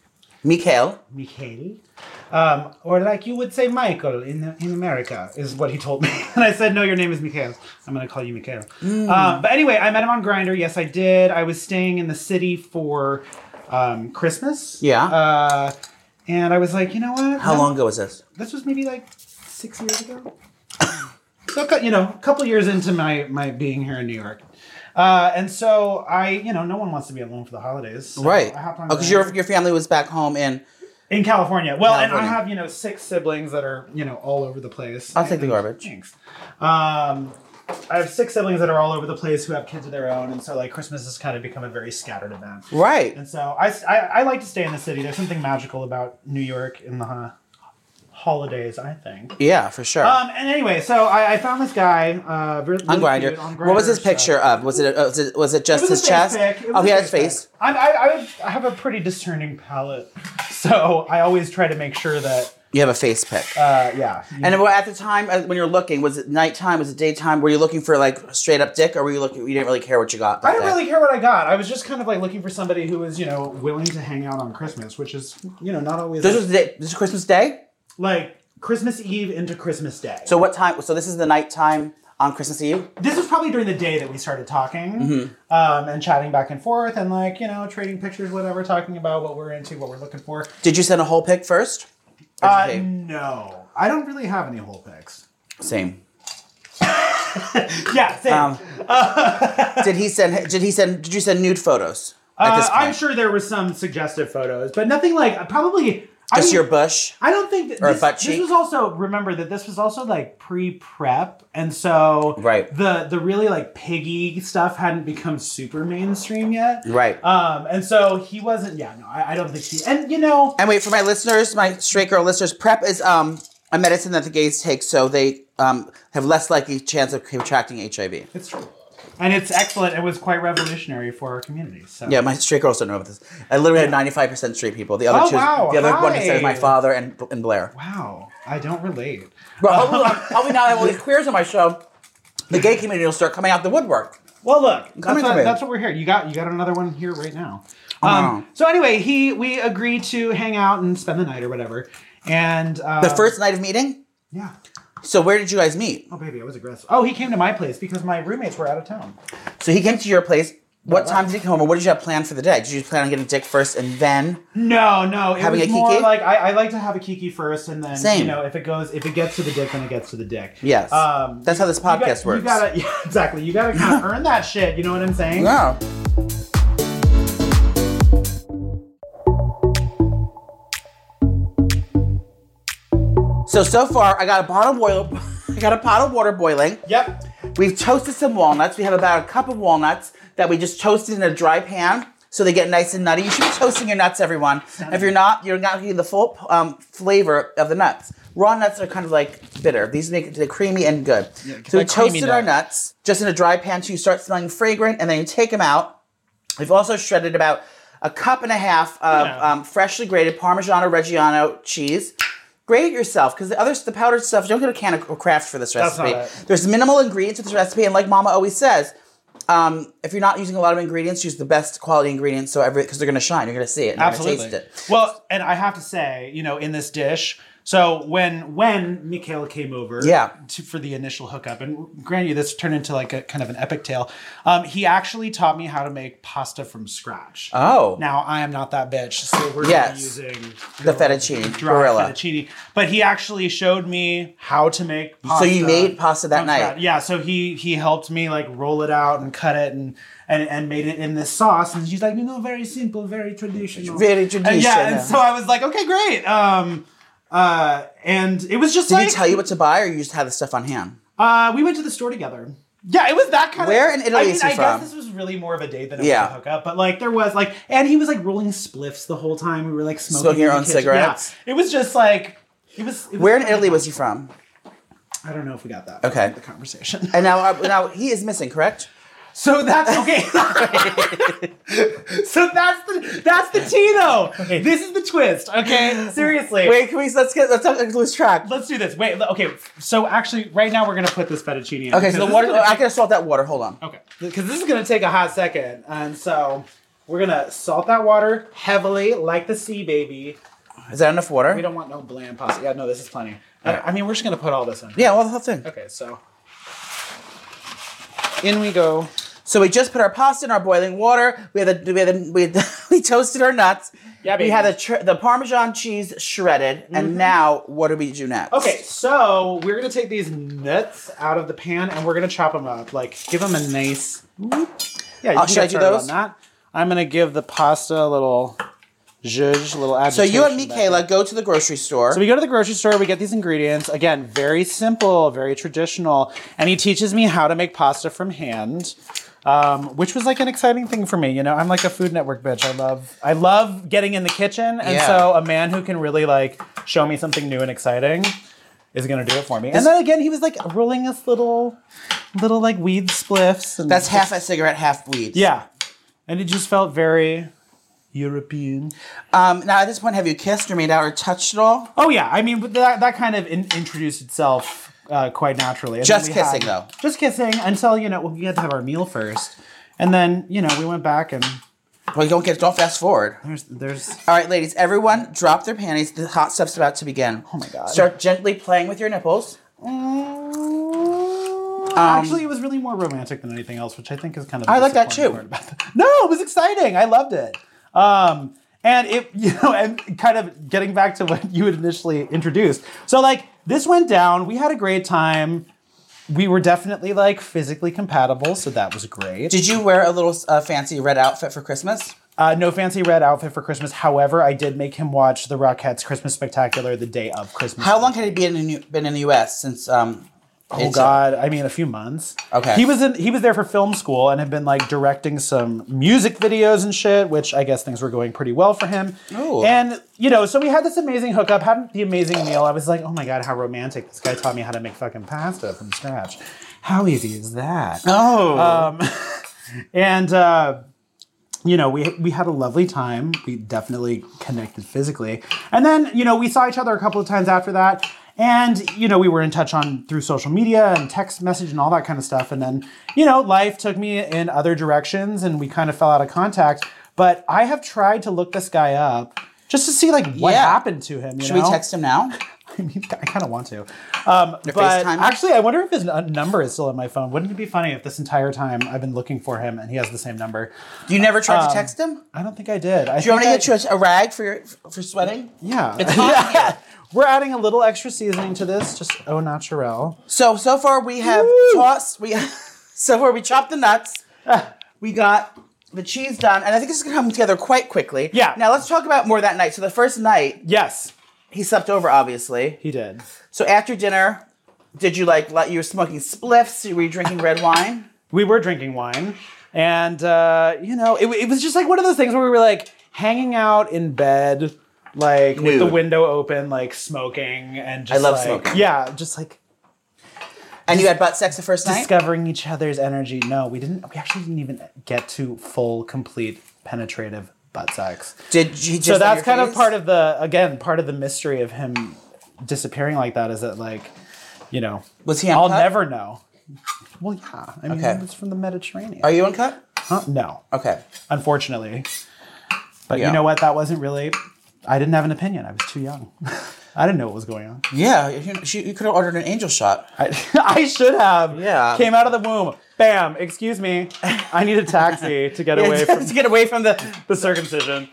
[SPEAKER 2] Mikhail.
[SPEAKER 1] Michel. Um, or like you would say Michael in, in America, is what he told me. and I said, no, your name is Michael. I'm going to call you Michael.
[SPEAKER 2] Mm.
[SPEAKER 1] Um, but anyway, I met him on Grinder. Yes, I did. I was staying in the city for um, Christmas.
[SPEAKER 2] Yeah.
[SPEAKER 1] Uh, and I was like, you know what?
[SPEAKER 2] How
[SPEAKER 1] No,
[SPEAKER 2] long ago was this?
[SPEAKER 1] This was maybe like six years ago. so, co- you know, a couple years into my, my being here in New York. Uh, and so I, you know, no one wants to be alone for the holidays. so
[SPEAKER 2] right.
[SPEAKER 1] I hopped on
[SPEAKER 2] Oh, because
[SPEAKER 1] Grindr.
[SPEAKER 2] your your family was back home in.
[SPEAKER 1] In California. Well, and
[SPEAKER 2] California.
[SPEAKER 1] I have, you know, six siblings that are, you know, all over the place.
[SPEAKER 2] I'll take the
[SPEAKER 1] And-
[SPEAKER 2] garbage.
[SPEAKER 1] Thanks. Um, I have six siblings that are all over the place who have kids of their own, and so like Christmas has kind of become a very scattered event.
[SPEAKER 2] Right.
[SPEAKER 1] And so I, I, I like to stay in the city. There's something magical about New York in the uh, holidays, I think.
[SPEAKER 2] Yeah, for sure.
[SPEAKER 1] Um, and anyway, so I, I found this guy uh, really
[SPEAKER 2] on
[SPEAKER 1] cute
[SPEAKER 2] Grinder.
[SPEAKER 1] on
[SPEAKER 2] What was
[SPEAKER 1] Grindr,
[SPEAKER 2] his
[SPEAKER 1] so-
[SPEAKER 2] picture of? Was it, uh, was it was it
[SPEAKER 1] It
[SPEAKER 2] just
[SPEAKER 1] was a
[SPEAKER 2] his
[SPEAKER 1] face
[SPEAKER 2] chest?
[SPEAKER 1] pic. It was
[SPEAKER 2] Oh, he
[SPEAKER 1] a
[SPEAKER 2] had his face.
[SPEAKER 1] pic. I'm, I, I, I have a pretty discerning palate, so I always try to make sure that
[SPEAKER 2] You have a face pic.
[SPEAKER 1] uh, yeah.
[SPEAKER 2] and well, at the time uh, when you're looking, was it nighttime? Was it daytime? Were you looking for like straight up dick, or were you looking? You didn't really care what you got. that
[SPEAKER 1] I didn't
[SPEAKER 2] day?
[SPEAKER 1] really care what I got. I was just kind of like looking for somebody who was, you know, willing to hang out on Christmas, which is, you know, not always
[SPEAKER 2] This was the day, this is Christmas Day.
[SPEAKER 1] like Christmas Eve into Christmas Day.
[SPEAKER 2] So what time? So this is the nighttime on Christmas Eve.
[SPEAKER 1] this was probably during the day that we started talking
[SPEAKER 2] Mm-hmm.
[SPEAKER 1] um, and chatting back and forth and like you know trading pictures whatever talking about what we're into what we're looking for
[SPEAKER 2] Did you send a whole pic first? Or
[SPEAKER 1] uh,
[SPEAKER 2] did you-
[SPEAKER 1] no i don't really have any whole pics
[SPEAKER 2] same.
[SPEAKER 1] yeah same.
[SPEAKER 2] Um, did he send? Did he send? Did you send nude photos at
[SPEAKER 1] Uh,
[SPEAKER 2] this point?
[SPEAKER 1] i'm sure there were some suggestive photos but nothing like probably I
[SPEAKER 2] Just
[SPEAKER 1] mean,
[SPEAKER 2] your bush.
[SPEAKER 1] I don't think that
[SPEAKER 2] Or a
[SPEAKER 1] this,
[SPEAKER 2] butt
[SPEAKER 1] this
[SPEAKER 2] cheek.
[SPEAKER 1] was also remember that this was also like pre-prep, and so
[SPEAKER 2] Right.
[SPEAKER 1] the the really like piggy stuff hadn't become super mainstream yet,
[SPEAKER 2] Right.
[SPEAKER 1] Um, and so he wasn't. Yeah, no, I, I don't think he. And you know,
[SPEAKER 2] And wait for my listeners, my straight girl listeners. Prep is um a medicine that the gays take, so they um have less likely chance of contracting HIV.
[SPEAKER 1] It's true. And it's excellent. It was quite revolutionary for our community. So
[SPEAKER 2] Yeah, my straight girls don't know about this. I literally had ninety five percent straight people. The other
[SPEAKER 1] Oh,
[SPEAKER 2] two,
[SPEAKER 1] wow.
[SPEAKER 2] the other one
[SPEAKER 1] Hi.
[SPEAKER 2] said my father and and Blair.
[SPEAKER 1] Wow. I don't relate.
[SPEAKER 2] Well, hopefully, hopefully now I have all these queers on my show. The gay community will start coming out the woodwork.
[SPEAKER 1] Well, look,
[SPEAKER 2] Come
[SPEAKER 1] that's
[SPEAKER 2] in,
[SPEAKER 1] what,
[SPEAKER 2] come in.
[SPEAKER 1] that's what we're here. You got you got another one here right now.
[SPEAKER 2] Wow.
[SPEAKER 1] Um, so anyway, he we agreed to hang out and spend the night or whatever. And uh,
[SPEAKER 2] The first night of meeting.
[SPEAKER 1] yeah.
[SPEAKER 2] So where did you guys meet?
[SPEAKER 1] Oh baby, I was aggressive. Oh, he came to my place because my roommates were out of town.
[SPEAKER 2] So he came to your place. What time did he come home? And what did you have planned for the day? Did you plan on getting dick first and then?
[SPEAKER 1] No, no, it
[SPEAKER 2] Having
[SPEAKER 1] was
[SPEAKER 2] a
[SPEAKER 1] more
[SPEAKER 2] kiki?
[SPEAKER 1] like I, I like to have a kiki first, and then
[SPEAKER 2] Same.
[SPEAKER 1] you know if it goes if it gets to the dick, then it gets to the dick.
[SPEAKER 2] Yes.
[SPEAKER 1] Um,
[SPEAKER 2] That's how this
[SPEAKER 1] you got-
[SPEAKER 2] podcast works.
[SPEAKER 1] You gotta yeah, exactly. You gotta kind of earn that shit. You know what I'm saying?
[SPEAKER 2] Yeah. So so far, I got a pot of boil. I got a pot of water boiling.
[SPEAKER 1] Yep.
[SPEAKER 2] We've toasted some walnuts. We have about a cup of walnuts that we just toasted in a dry pan, so they get nice and nutty. You should be toasting your nuts, everyone. If you're not, you're not getting the full um, flavor of the nuts. Raw nuts are kind of like bitter. These make it they're creamy and good. so we
[SPEAKER 3] like creamy
[SPEAKER 2] toasted our
[SPEAKER 3] nut.
[SPEAKER 2] nuts just in a dry pan, so you start smelling fragrant, and then you take them out. We've also shredded about a cup and a half of
[SPEAKER 1] Yeah.
[SPEAKER 2] um, freshly grated Parmigiano Reggiano cheese. Grate it yourself because the other the powdered stuff. Don't get a can of Kraft for this
[SPEAKER 1] That's not
[SPEAKER 2] recipe.
[SPEAKER 1] it.
[SPEAKER 2] There's minimal ingredients with this recipe, and like Mama always says, um, if you're not using a lot of ingredients, use the best quality ingredients. So every because they're gonna shine, you're gonna see it, and
[SPEAKER 1] Absolutely.
[SPEAKER 2] you're gonna taste it.
[SPEAKER 1] Well, and I have to say, you know, in this dish, so when when Mikhail came over
[SPEAKER 2] Yeah.
[SPEAKER 1] to, for the initial hookup, and grant you this turned into like a kind of an epic tale, um, he actually taught me how to make pasta from scratch.
[SPEAKER 2] Oh,
[SPEAKER 1] Now I am not that bitch, so we're
[SPEAKER 2] Yes.
[SPEAKER 1] gonna be using
[SPEAKER 2] The fettuccine,
[SPEAKER 1] dry
[SPEAKER 2] gorilla.
[SPEAKER 1] fettuccine. But he actually showed me how to make. pasta.
[SPEAKER 2] so you made pasta that night.
[SPEAKER 1] Yeah, Yeah, so he he helped me like roll it out and cut it and and, and made it in this sauce. And she's like, you know, very simple, very traditional.
[SPEAKER 2] Very
[SPEAKER 1] And yeah,
[SPEAKER 2] traditional.
[SPEAKER 1] and so I was like, okay, great. Um, uh, and it was just
[SPEAKER 2] Did
[SPEAKER 1] like
[SPEAKER 2] he tell you what to buy, or you just had the stuff on hand?
[SPEAKER 1] uh, we went to the store together. Yeah, it was that kind
[SPEAKER 2] Where
[SPEAKER 1] of.
[SPEAKER 2] in Italy
[SPEAKER 1] I mean,
[SPEAKER 2] is he
[SPEAKER 1] I guess
[SPEAKER 2] from?
[SPEAKER 1] this was really more of a date than it
[SPEAKER 2] Yeah.
[SPEAKER 1] was a hookup, but like there was like, and he was like rolling spliffs the whole time. We were like smoking,
[SPEAKER 2] Smoking your
[SPEAKER 1] in the
[SPEAKER 2] own
[SPEAKER 1] kitchen.
[SPEAKER 2] cigarettes?
[SPEAKER 1] Yeah. It was just like it was. It was
[SPEAKER 2] Where in Italy was he from?
[SPEAKER 1] I don't know if we got that.
[SPEAKER 2] Okay.
[SPEAKER 1] from The conversation.
[SPEAKER 2] And now, uh, now he is missing, correct?
[SPEAKER 1] So that's okay. so that's the that's the Tino. This is the twist. Okay, seriously.
[SPEAKER 2] Wait, can we? Let's get let's, let's lose track.
[SPEAKER 1] Let's do this. Wait. Okay. So actually, right now we're gonna put this fettuccine in.
[SPEAKER 2] Okay, so the water.
[SPEAKER 1] Because
[SPEAKER 2] I gotta salt that water. Hold on.
[SPEAKER 1] Because this is gonna take a hot second, and so we're gonna salt that water heavily, like the sea baby.
[SPEAKER 2] Is that enough water?
[SPEAKER 1] We don't want no bland pasta. Yeah. No, this is plenty. I-
[SPEAKER 2] right.
[SPEAKER 1] I mean, we're just gonna put all this in.
[SPEAKER 2] yeah, well, the whole thing.
[SPEAKER 1] Okay. So in we go.
[SPEAKER 2] So we just put our pasta in our boiling water. We had the we had the, we, had the, we toasted our nuts.
[SPEAKER 1] Yeah,
[SPEAKER 2] We
[SPEAKER 1] baby. Mm-hmm.
[SPEAKER 2] had the tr- the Parmesan cheese shredded, and now what do we do next?
[SPEAKER 1] Okay, so we're gonna take these nuts out of the pan and we're gonna chop them up. Like, give them a nice. Yeah, you
[SPEAKER 2] Uh,
[SPEAKER 1] can
[SPEAKER 2] should I
[SPEAKER 1] get
[SPEAKER 2] do
[SPEAKER 1] started
[SPEAKER 2] those?
[SPEAKER 1] on that. I'm gonna give the pasta a little Zhuzh, little
[SPEAKER 2] So you and
[SPEAKER 1] agitation back there.
[SPEAKER 2] Michaela go to the grocery store.
[SPEAKER 1] So we go to the grocery store, we get these ingredients. Again, very simple, very traditional. And he teaches me how to make pasta from hand. Um, which was like an exciting thing for me, you know. I'm like a Food Network bitch. I love, I love getting in the kitchen, and
[SPEAKER 2] Yeah.
[SPEAKER 1] so a man who can really like show me something new and exciting is gonna do it for me. And then again, he was like rolling us little, little like weed spliffs, and
[SPEAKER 2] That's half a cigarette, half weed.
[SPEAKER 1] yeah. And it just felt very European.
[SPEAKER 2] Um, now at this point, have you kissed or made out or touched at all?
[SPEAKER 1] Oh yeah, I mean but that that kind of in, introduced itself uh, quite naturally. And
[SPEAKER 2] Just
[SPEAKER 1] then we had-
[SPEAKER 2] kissing, though.
[SPEAKER 1] Just kissing until you know well, we had to have our meal first, and then you know we went back and
[SPEAKER 2] Well, you don't get. Don't fast forward.
[SPEAKER 1] there's there's
[SPEAKER 2] All right, ladies, everyone, drop their panties. The hot stuff's about to begin. Oh
[SPEAKER 1] my God.
[SPEAKER 2] Start gently playing with your nipples.
[SPEAKER 1] Uh, actually it was really more romantic than anything else, which I think is kind of the
[SPEAKER 2] Um, I like that
[SPEAKER 1] disappointing
[SPEAKER 2] too.
[SPEAKER 1] part about that. No, it was exciting. I loved it. Um, and it you know and kind of getting back to what you had initially introduced. So like this went down. We had a great time. We were definitely like physically compatible, so that was great.
[SPEAKER 2] Did you wear a little uh, fancy red outfit for Christmas?
[SPEAKER 1] Uh, no fancy red outfit for Christmas. However, I did make him watch the Rockettes' Christmas Spectacular the day of Christmas.
[SPEAKER 2] How long had he been in, U- been in the U.S. since? Um,
[SPEAKER 1] Oh God! I mean, a few months.
[SPEAKER 2] Okay.
[SPEAKER 1] He was in. He was there for film school and had been like directing some music videos and shit, which I guess things were going pretty well for him.
[SPEAKER 2] Ooh.
[SPEAKER 1] And you know, so we had this amazing hookup, had the amazing meal. I was like, oh my God, how romantic! This guy taught me how to make fucking pasta from scratch. How easy is that?
[SPEAKER 2] Oh,
[SPEAKER 1] and uh, you know we we had a lovely time. We definitely connected physically, and then you know we saw each other a couple of times after that, and you know we were in touch on through social media and text message and all that kind of stuff. And then you know life took me in other directions, and we kind of fell out of contact. But I have tried to look this guy up just to see like what
[SPEAKER 2] Yeah.
[SPEAKER 1] happened to him. you
[SPEAKER 2] should we
[SPEAKER 1] know?
[SPEAKER 2] text him now?
[SPEAKER 1] I mean, I kind of want to. Um, but
[SPEAKER 2] FaceTime?
[SPEAKER 1] actually, I wonder if his n- number is still in my phone. Wouldn't it be funny if this entire time I've been looking for him and he has the same number?
[SPEAKER 2] You never tried
[SPEAKER 1] um,
[SPEAKER 2] to text him.
[SPEAKER 1] I don't think I did. I
[SPEAKER 2] Do you want me to
[SPEAKER 1] think
[SPEAKER 2] get you a, a rag for your for sweating?
[SPEAKER 1] I-
[SPEAKER 2] It's
[SPEAKER 1] Yeah.
[SPEAKER 2] hot here.
[SPEAKER 1] We're adding a little extra seasoning to this, just au naturel.
[SPEAKER 2] So so far we have
[SPEAKER 1] Woo!
[SPEAKER 2] tossed. We so far we chopped the nuts.
[SPEAKER 1] Ah.
[SPEAKER 2] We got the cheese done, and I think this is gonna come together quite quickly.
[SPEAKER 1] Yeah.
[SPEAKER 2] Now let's talk about more that night. So the first night
[SPEAKER 1] Yes,
[SPEAKER 2] he slept over, obviously.
[SPEAKER 1] he did.
[SPEAKER 2] So after dinner, did you like let you were smoking spliffs? Were you drinking red wine?
[SPEAKER 1] we were drinking wine and uh, you know it, it was just like one of those things where we were like hanging out in bed like with the
[SPEAKER 2] Nude.
[SPEAKER 1] window open like smoking and just
[SPEAKER 2] love
[SPEAKER 1] like,
[SPEAKER 2] smoking.
[SPEAKER 1] yeah just like
[SPEAKER 2] And you had butt sex the first night.
[SPEAKER 1] discovering each other's energy no we didn't we actually didn't even get to full complete penetrative butt sex
[SPEAKER 2] Did he just
[SPEAKER 1] so that's kind of part of the again part of the mystery of him disappearing like that is that like you know
[SPEAKER 2] Was he
[SPEAKER 1] i'll
[SPEAKER 2] uncut?
[SPEAKER 1] never know well yeah i mean
[SPEAKER 2] Okay.
[SPEAKER 1] it was from the mediterranean
[SPEAKER 2] Are you uncut?
[SPEAKER 1] Huh? no
[SPEAKER 2] Okay.
[SPEAKER 1] unfortunately. But
[SPEAKER 2] Yeah.
[SPEAKER 1] you know what? That wasn't really. I didn't have an opinion. I was too young. I didn't know what was going on.
[SPEAKER 2] Yeah, you, she- you could have ordered an angel shot.
[SPEAKER 1] I, I should have.
[SPEAKER 2] Yeah.
[SPEAKER 1] Came out of the womb. Bam. Excuse me. I need a taxi to get away from
[SPEAKER 2] to get away from the.
[SPEAKER 1] the circumcision.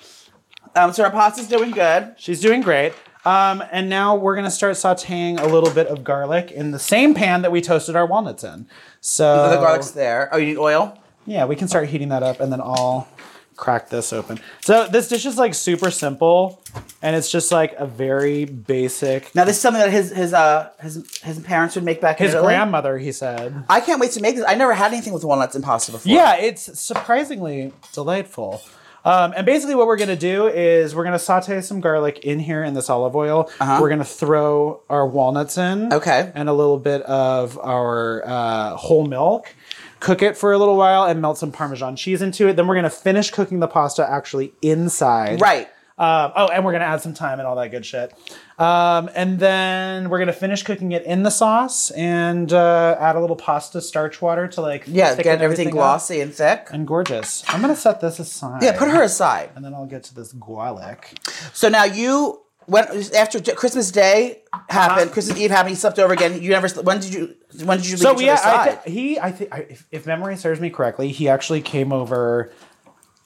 [SPEAKER 2] Um, so our pasta's doing good.
[SPEAKER 1] She's doing great. Um, and now we're gonna start sautéing a little bit of garlic in the same pan that we toasted our walnuts in. So
[SPEAKER 2] The garlic's there. Oh, you need oil.
[SPEAKER 1] Yeah, we can start heating that up and then I'll crack this open. So this dish is like super simple and it's just like a very basic
[SPEAKER 2] Now this is something that his his uh his his parents would make back in
[SPEAKER 1] his
[SPEAKER 2] Italy.
[SPEAKER 1] grandmother, he said.
[SPEAKER 2] I can't wait to make this. I never had anything with walnuts and pasta before.
[SPEAKER 1] Yeah, it's surprisingly delightful. Um, and basically, what we're gonna do is we're gonna saute some garlic in here in this olive oil. We're gonna throw our walnuts in,
[SPEAKER 2] Uh-huh. Okay.
[SPEAKER 1] and a little bit of our uh, whole milk. Cook it for a little while and melt some Parmesan cheese into it. Then we're gonna finish cooking the pasta actually inside.
[SPEAKER 2] Right.
[SPEAKER 1] Um, oh, and we're gonna add some thyme and all that good shit. Um, and then we're gonna finish cooking it in the sauce and uh, add a little pasta starch water to like
[SPEAKER 2] Yeah,
[SPEAKER 1] thicken
[SPEAKER 2] get everything
[SPEAKER 1] up.
[SPEAKER 2] glossy and thick.
[SPEAKER 1] and gorgeous. I'm gonna set this aside.
[SPEAKER 2] Yeah, put her aside.
[SPEAKER 1] And then I'll get to this garlic.
[SPEAKER 2] So now you went after Christmas Day happened, Christmas Eve happened. He slept over again. You never. Slept, when did you? When did you leave
[SPEAKER 1] Uh-huh. So
[SPEAKER 2] each
[SPEAKER 1] yeah,
[SPEAKER 2] other's
[SPEAKER 1] I
[SPEAKER 2] side?
[SPEAKER 1] thi- he I think if, if memory serves me correctly, he actually came over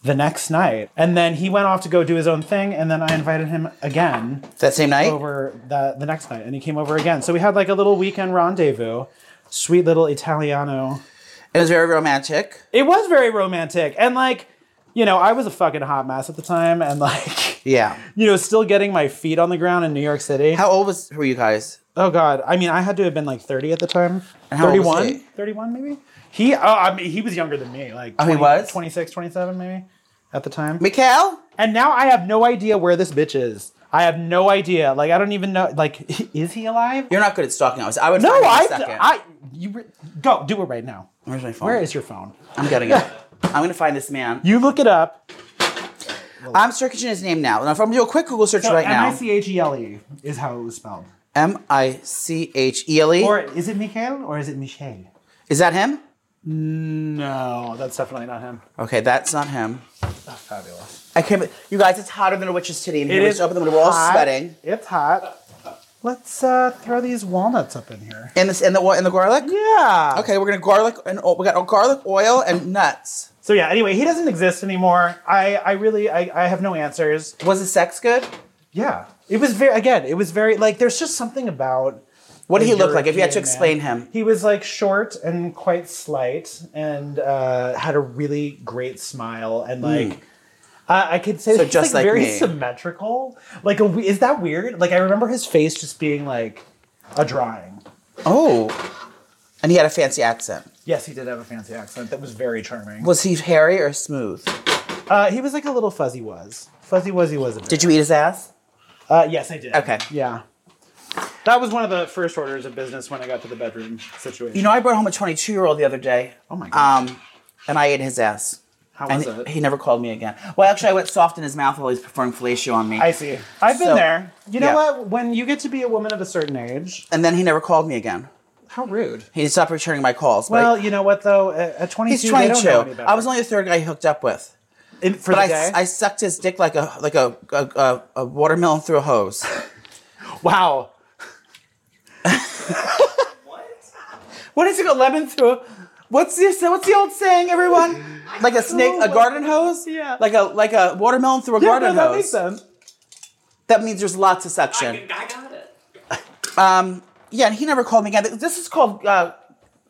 [SPEAKER 1] the next night, and then he went off to go do his own thing, and then I invited him again
[SPEAKER 2] that same night.
[SPEAKER 1] over the the next night, and he came over again. So we had like a little weekend rendezvous. Sweet little Italiano.
[SPEAKER 2] It was very romantic.
[SPEAKER 1] It was very romantic, and like you know, I was a fucking hot mess at the time and like,
[SPEAKER 2] Yeah.
[SPEAKER 1] you know, still getting my feet on the ground in New York City.
[SPEAKER 2] How old was were you guys?
[SPEAKER 1] oh God. I mean, I had to have been like 30 at the time.
[SPEAKER 2] And how old was
[SPEAKER 1] 31?
[SPEAKER 2] he?
[SPEAKER 1] 31 maybe? He, oh, I mean, he was younger than me. Like,
[SPEAKER 2] Oh, he was?
[SPEAKER 1] 26, 27 maybe at the time.
[SPEAKER 2] Mikhail?
[SPEAKER 1] And now I have no idea where this bitch is. I have no idea. Like, I don't even know. Like, is he alive?
[SPEAKER 2] You're not good at stalking. I was. I would.
[SPEAKER 1] No,
[SPEAKER 2] find out in
[SPEAKER 1] I,
[SPEAKER 2] a second.
[SPEAKER 1] I, you, re- go, do it right now.
[SPEAKER 2] Where's my phone?
[SPEAKER 1] Where is your phone?
[SPEAKER 2] I'm getting it. I'm gonna find this man.
[SPEAKER 1] You look it up.
[SPEAKER 2] I'm searching his name now. Now, if I'm gonna do a quick Google search right now,
[SPEAKER 1] M-I-C-H-E-L-E E is how it was spelled.
[SPEAKER 2] M I C H E L
[SPEAKER 1] Or
[SPEAKER 2] E.
[SPEAKER 1] is it Michael or is it Michel?
[SPEAKER 2] Is that him?
[SPEAKER 1] No, that's definitely not him.
[SPEAKER 2] Okay, that's not him.
[SPEAKER 1] That's fabulous.
[SPEAKER 2] I can't. You guys, it's hotter than a witch's titty in here.
[SPEAKER 1] It
[SPEAKER 2] We
[SPEAKER 1] is
[SPEAKER 2] just opened the window. We're all
[SPEAKER 1] hot.
[SPEAKER 2] sweating.
[SPEAKER 1] It's hot. Let's uh, throw these walnuts up in here.
[SPEAKER 2] And this, and the what, and the garlic.
[SPEAKER 1] Yeah.
[SPEAKER 2] Okay, we're gonna garlic and oh, we got garlic oil and nuts.
[SPEAKER 1] So yeah. Anyway, he doesn't exist anymore. I I really I, I have no answers.
[SPEAKER 2] Was the sex good?
[SPEAKER 1] Yeah. It was very again. It was very like there's just something about.
[SPEAKER 2] What did
[SPEAKER 1] the
[SPEAKER 2] he look like? If you had to
[SPEAKER 1] European man.
[SPEAKER 2] explain him,
[SPEAKER 1] He was like short and quite slight, and uh, had a really great smile, and like I I could say
[SPEAKER 2] Hmm. So
[SPEAKER 1] he's,
[SPEAKER 2] just like
[SPEAKER 1] very
[SPEAKER 2] me.
[SPEAKER 1] symmetrical. Like, a, we- is that weird? Like, I remember his face just being like a drawing.
[SPEAKER 2] oh, and he had a fancy accent.
[SPEAKER 1] Yes, he did have a fancy accent that was very charming.
[SPEAKER 2] Was he hairy or smooth?
[SPEAKER 1] Uh, he was like a little fuzzy was fuzzy wuzzy was. A bit.
[SPEAKER 2] Did you eat his ass?
[SPEAKER 1] Uh, yes, I did.
[SPEAKER 2] Okay.
[SPEAKER 1] Yeah. That was one of the first orders of business when I got to the bedroom situation.
[SPEAKER 2] You know, I brought home a 22 year old the other day.
[SPEAKER 1] Oh my gosh.
[SPEAKER 2] Um, and I ate his ass.
[SPEAKER 1] how
[SPEAKER 2] And
[SPEAKER 1] was it?
[SPEAKER 2] he never called me again. Well, actually, I went soft in his mouth while he was performing fellatio on me.
[SPEAKER 1] I see. I've been
[SPEAKER 2] So-
[SPEAKER 1] there. You know
[SPEAKER 2] yeah.
[SPEAKER 1] what? When you get to be a woman of a certain age,
[SPEAKER 2] and then he never called me again.
[SPEAKER 1] how rude.
[SPEAKER 2] He stopped returning my calls. but
[SPEAKER 1] Well, you know what though? At at 22,
[SPEAKER 2] he's
[SPEAKER 1] they don't know
[SPEAKER 2] 22.
[SPEAKER 1] any better.
[SPEAKER 2] I was only the third guy he hooked up with.
[SPEAKER 1] In- for
[SPEAKER 2] But
[SPEAKER 1] the day.
[SPEAKER 2] I, I sucked his dick like a like a a, a, a watermelon through a hose.
[SPEAKER 1] wow.
[SPEAKER 2] what is it? A lemon through? a... What's this? What's the old saying, everyone? Like a snake, a
[SPEAKER 1] know.
[SPEAKER 2] garden hose?
[SPEAKER 1] Yeah.
[SPEAKER 2] Like a like a watermelon through a
[SPEAKER 1] Yeah, no,
[SPEAKER 2] garden
[SPEAKER 1] that
[SPEAKER 2] hose.
[SPEAKER 1] makes sense.
[SPEAKER 2] That means there's lots of suction.
[SPEAKER 3] I got it.
[SPEAKER 2] Yeah, and he never called me again. This is called uh,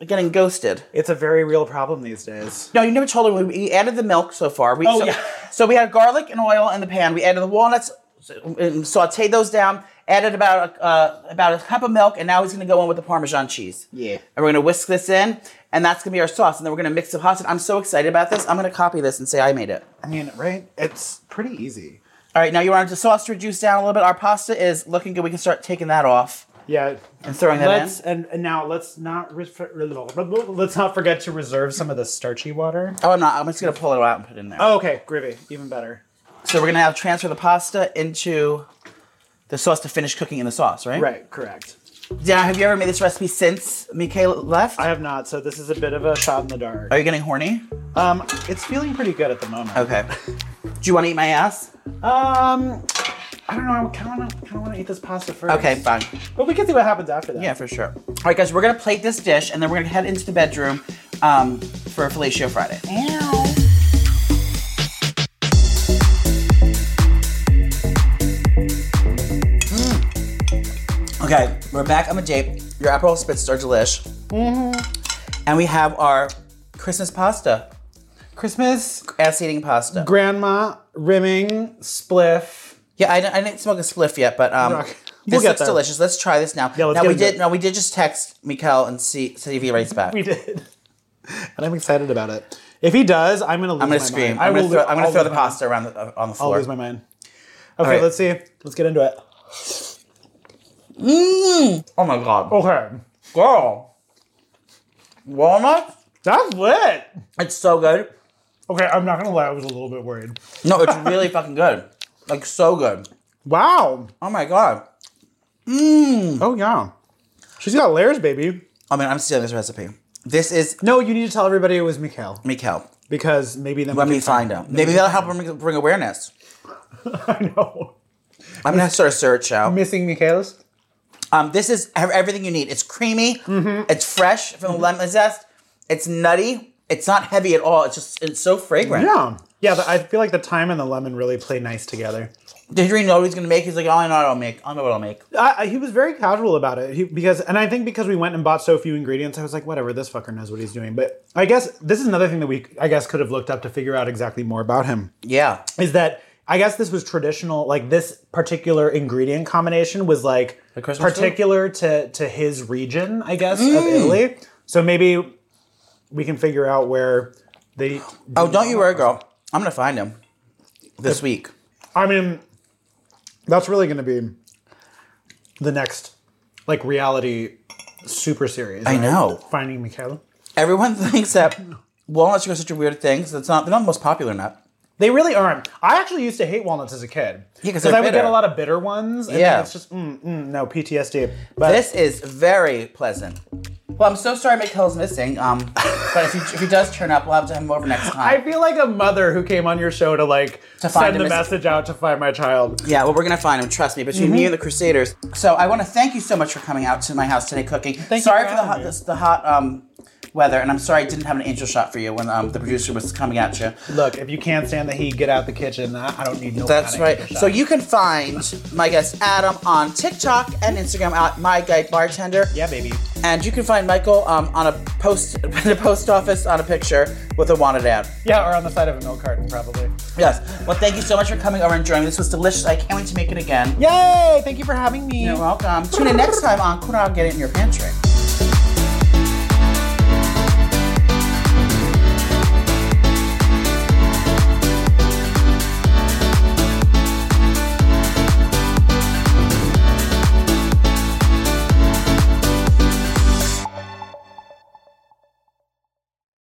[SPEAKER 2] getting ghosted.
[SPEAKER 1] It's a very real problem these days.
[SPEAKER 2] No, you never told him. We, we added the milk so far. We,
[SPEAKER 1] Oh,
[SPEAKER 2] so,
[SPEAKER 1] yeah.
[SPEAKER 2] So we had garlic and oil in the pan. We added the walnuts, so- and sauteed those down. Added about a, uh, about a cup of milk, and now he's going to go in with the Parmesan cheese.
[SPEAKER 1] Yeah.
[SPEAKER 2] And we're going to whisk this in, and that's going to be our sauce. And then we're going to mix the pasta. I'm so excited about this. I'm going to copy this and say I made it.
[SPEAKER 1] I mean, right? It's pretty easy.
[SPEAKER 2] All right, now you want the sauce to reduce down a little bit. Our pasta is looking good. We can start taking that off
[SPEAKER 1] Yeah.
[SPEAKER 2] and throwing that
[SPEAKER 1] Let's
[SPEAKER 2] in.
[SPEAKER 1] and, and now let's not re- let's not forget to reserve some of the starchy water.
[SPEAKER 2] Oh, I'm not. I'm just going to pull it out and put it in there.
[SPEAKER 1] Oh, okay, groovy, even better.
[SPEAKER 2] So we're gonna have transfer the pasta into the sauce to finish cooking in the sauce, right?
[SPEAKER 1] Right, correct.
[SPEAKER 2] Now, have you ever made this recipe since Mikhail left?
[SPEAKER 1] I have not, so this is a bit of a shot in the dark.
[SPEAKER 2] Are you getting horny?
[SPEAKER 1] Um, it's feeling pretty good at the moment.
[SPEAKER 2] Okay. Do you want to eat my ass?
[SPEAKER 1] Um, I don't know. I kind of kind of want to eat this pasta first.
[SPEAKER 2] Okay, fine.
[SPEAKER 1] but we can see what happens after that.
[SPEAKER 2] Yeah, for sure. All right, guys, we're gonna plate this dish, and then we're gonna head into the bedroom um, for Fellatio Friday. Okay, we're back on the date. Your Aperol Spritz are delish. Mm-hmm. And we have our Christmas pasta,
[SPEAKER 1] Christmas,
[SPEAKER 2] ass-eating pasta.
[SPEAKER 1] grandma, rimming, spliff.
[SPEAKER 2] Yeah, I, I didn't smoke a spliff yet, but um,
[SPEAKER 1] We'll
[SPEAKER 2] this
[SPEAKER 1] get
[SPEAKER 2] looks
[SPEAKER 1] there.
[SPEAKER 2] delicious. Let's try this now.
[SPEAKER 1] Yeah, let's
[SPEAKER 2] now
[SPEAKER 1] get
[SPEAKER 2] we
[SPEAKER 1] into
[SPEAKER 2] did.
[SPEAKER 1] it.
[SPEAKER 2] No, we did just text Mikael and see see if he writes back.
[SPEAKER 1] We did, and I'm excited about it. If he does, I'm gonna lose
[SPEAKER 2] I'm gonna
[SPEAKER 1] my
[SPEAKER 2] scream.
[SPEAKER 1] mind.
[SPEAKER 2] I'm
[SPEAKER 1] I
[SPEAKER 2] gonna
[SPEAKER 1] will
[SPEAKER 2] throw,
[SPEAKER 1] lo-
[SPEAKER 2] I'm gonna
[SPEAKER 1] I'll
[SPEAKER 2] throw
[SPEAKER 1] lose
[SPEAKER 2] the
[SPEAKER 1] my mind.
[SPEAKER 2] pasta around the uh, on the
[SPEAKER 1] I'll
[SPEAKER 2] floor.
[SPEAKER 1] lose my mind. Okay,
[SPEAKER 2] right.
[SPEAKER 1] let's see. Let's get into it.
[SPEAKER 2] oh my god,
[SPEAKER 1] Okay,
[SPEAKER 2] girl, walnut.
[SPEAKER 1] that's lit.
[SPEAKER 2] It's so good.
[SPEAKER 1] Okay, I'm not gonna lie. I was a little bit worried.
[SPEAKER 2] No, it's really fucking good. Like so good.
[SPEAKER 1] Wow.
[SPEAKER 2] Oh my god.
[SPEAKER 1] Oh yeah. She's got layers, baby.
[SPEAKER 2] I mean, I'm stealing this recipe. This is
[SPEAKER 1] No, you need to tell everybody it was Mikhail
[SPEAKER 2] Mikael.
[SPEAKER 1] because maybe then
[SPEAKER 2] Let
[SPEAKER 1] we
[SPEAKER 2] me
[SPEAKER 1] can
[SPEAKER 2] find him. Maybe that'll help bring bring awareness.
[SPEAKER 1] I know.
[SPEAKER 2] I'm gonna start a search out.
[SPEAKER 1] Missing Mikhail's.
[SPEAKER 2] Um, this is ev- everything you need. It's creamy. It's fresh from the lemon zest. It's nutty. It's not heavy at all. It's just it's so fragrant.
[SPEAKER 1] Yeah. Yeah, the, I feel like the thyme and the lemon really play nice together.
[SPEAKER 2] Did you know what he's gonna make? He's like, oh, I know what I'll make. I know what I'll make.
[SPEAKER 1] I, I- he was very casual about it he, because, and I think because we went and bought so few ingredients, I was like, whatever, this fucker knows what he's doing. But I guess this is another thing that we, I guess, could have looked up to figure out exactly more about him
[SPEAKER 2] Yeah.
[SPEAKER 1] is that I guess this was traditional, like this particular ingredient combination was like
[SPEAKER 2] Christmas Mm. food?
[SPEAKER 1] particular to to his region, I guess, of Italy. So maybe we can figure out where they.
[SPEAKER 2] Oh, don't you worry, girl. I'm gonna find him this week.
[SPEAKER 1] I mean, that's really going to be the next like reality super series.
[SPEAKER 2] I
[SPEAKER 1] right?
[SPEAKER 2] know.
[SPEAKER 1] Finding Mikhail.
[SPEAKER 2] Everyone thinks that walnuts are such a weird thing. So it's not. They're not the most popular nut.
[SPEAKER 1] They really aren't. I actually used to hate walnuts as a kid.
[SPEAKER 2] Yeah, 'cause they're
[SPEAKER 1] I would get
[SPEAKER 2] bitter.
[SPEAKER 1] a lot of bitter ones. And then
[SPEAKER 2] Yeah.
[SPEAKER 1] it's just mm, mm, no PTSD. But
[SPEAKER 2] This is very pleasant. Well, I'm so sorry McHill's missing. Um, but if he, if he does turn up, we'll have to have him over next
[SPEAKER 1] I
[SPEAKER 2] time.
[SPEAKER 1] feel like a mother who came on your show to like
[SPEAKER 2] To find
[SPEAKER 1] send
[SPEAKER 2] a
[SPEAKER 1] the
[SPEAKER 2] miss-
[SPEAKER 1] message out to find my child.
[SPEAKER 2] yeah, well, we're gonna find him. Trust me. Between
[SPEAKER 1] Mm-hmm.
[SPEAKER 2] me and the Crusaders. So I want to thank you so much for coming out to my house today cooking.
[SPEAKER 1] you
[SPEAKER 2] sorry
[SPEAKER 1] for
[SPEAKER 2] the
[SPEAKER 1] having
[SPEAKER 2] hot,
[SPEAKER 1] me.
[SPEAKER 2] this, the hot um, weather, and I'm sorry I didn't have an angel shot for you when um, the producer was coming at you.
[SPEAKER 1] Look, if you can't stand the heat, get out the kitchen. I I don't need no.
[SPEAKER 2] That's
[SPEAKER 1] panic.
[SPEAKER 2] right. So you can find my guest Adam on TikTok and Instagram at my guide bartender.
[SPEAKER 1] yeah, baby.
[SPEAKER 2] And you can find Michael um, on a post in the post office on a picture with a wanted ad.
[SPEAKER 1] Yeah, or on the side of a milk carton, probably.
[SPEAKER 2] Yes. Well, thank you so much for coming over and joining. This was delicious. I can't wait to make it again.
[SPEAKER 1] Yay! Thank you for having me.
[SPEAKER 2] You're welcome. Tune in next time on Kuna Get It in Your Pantry.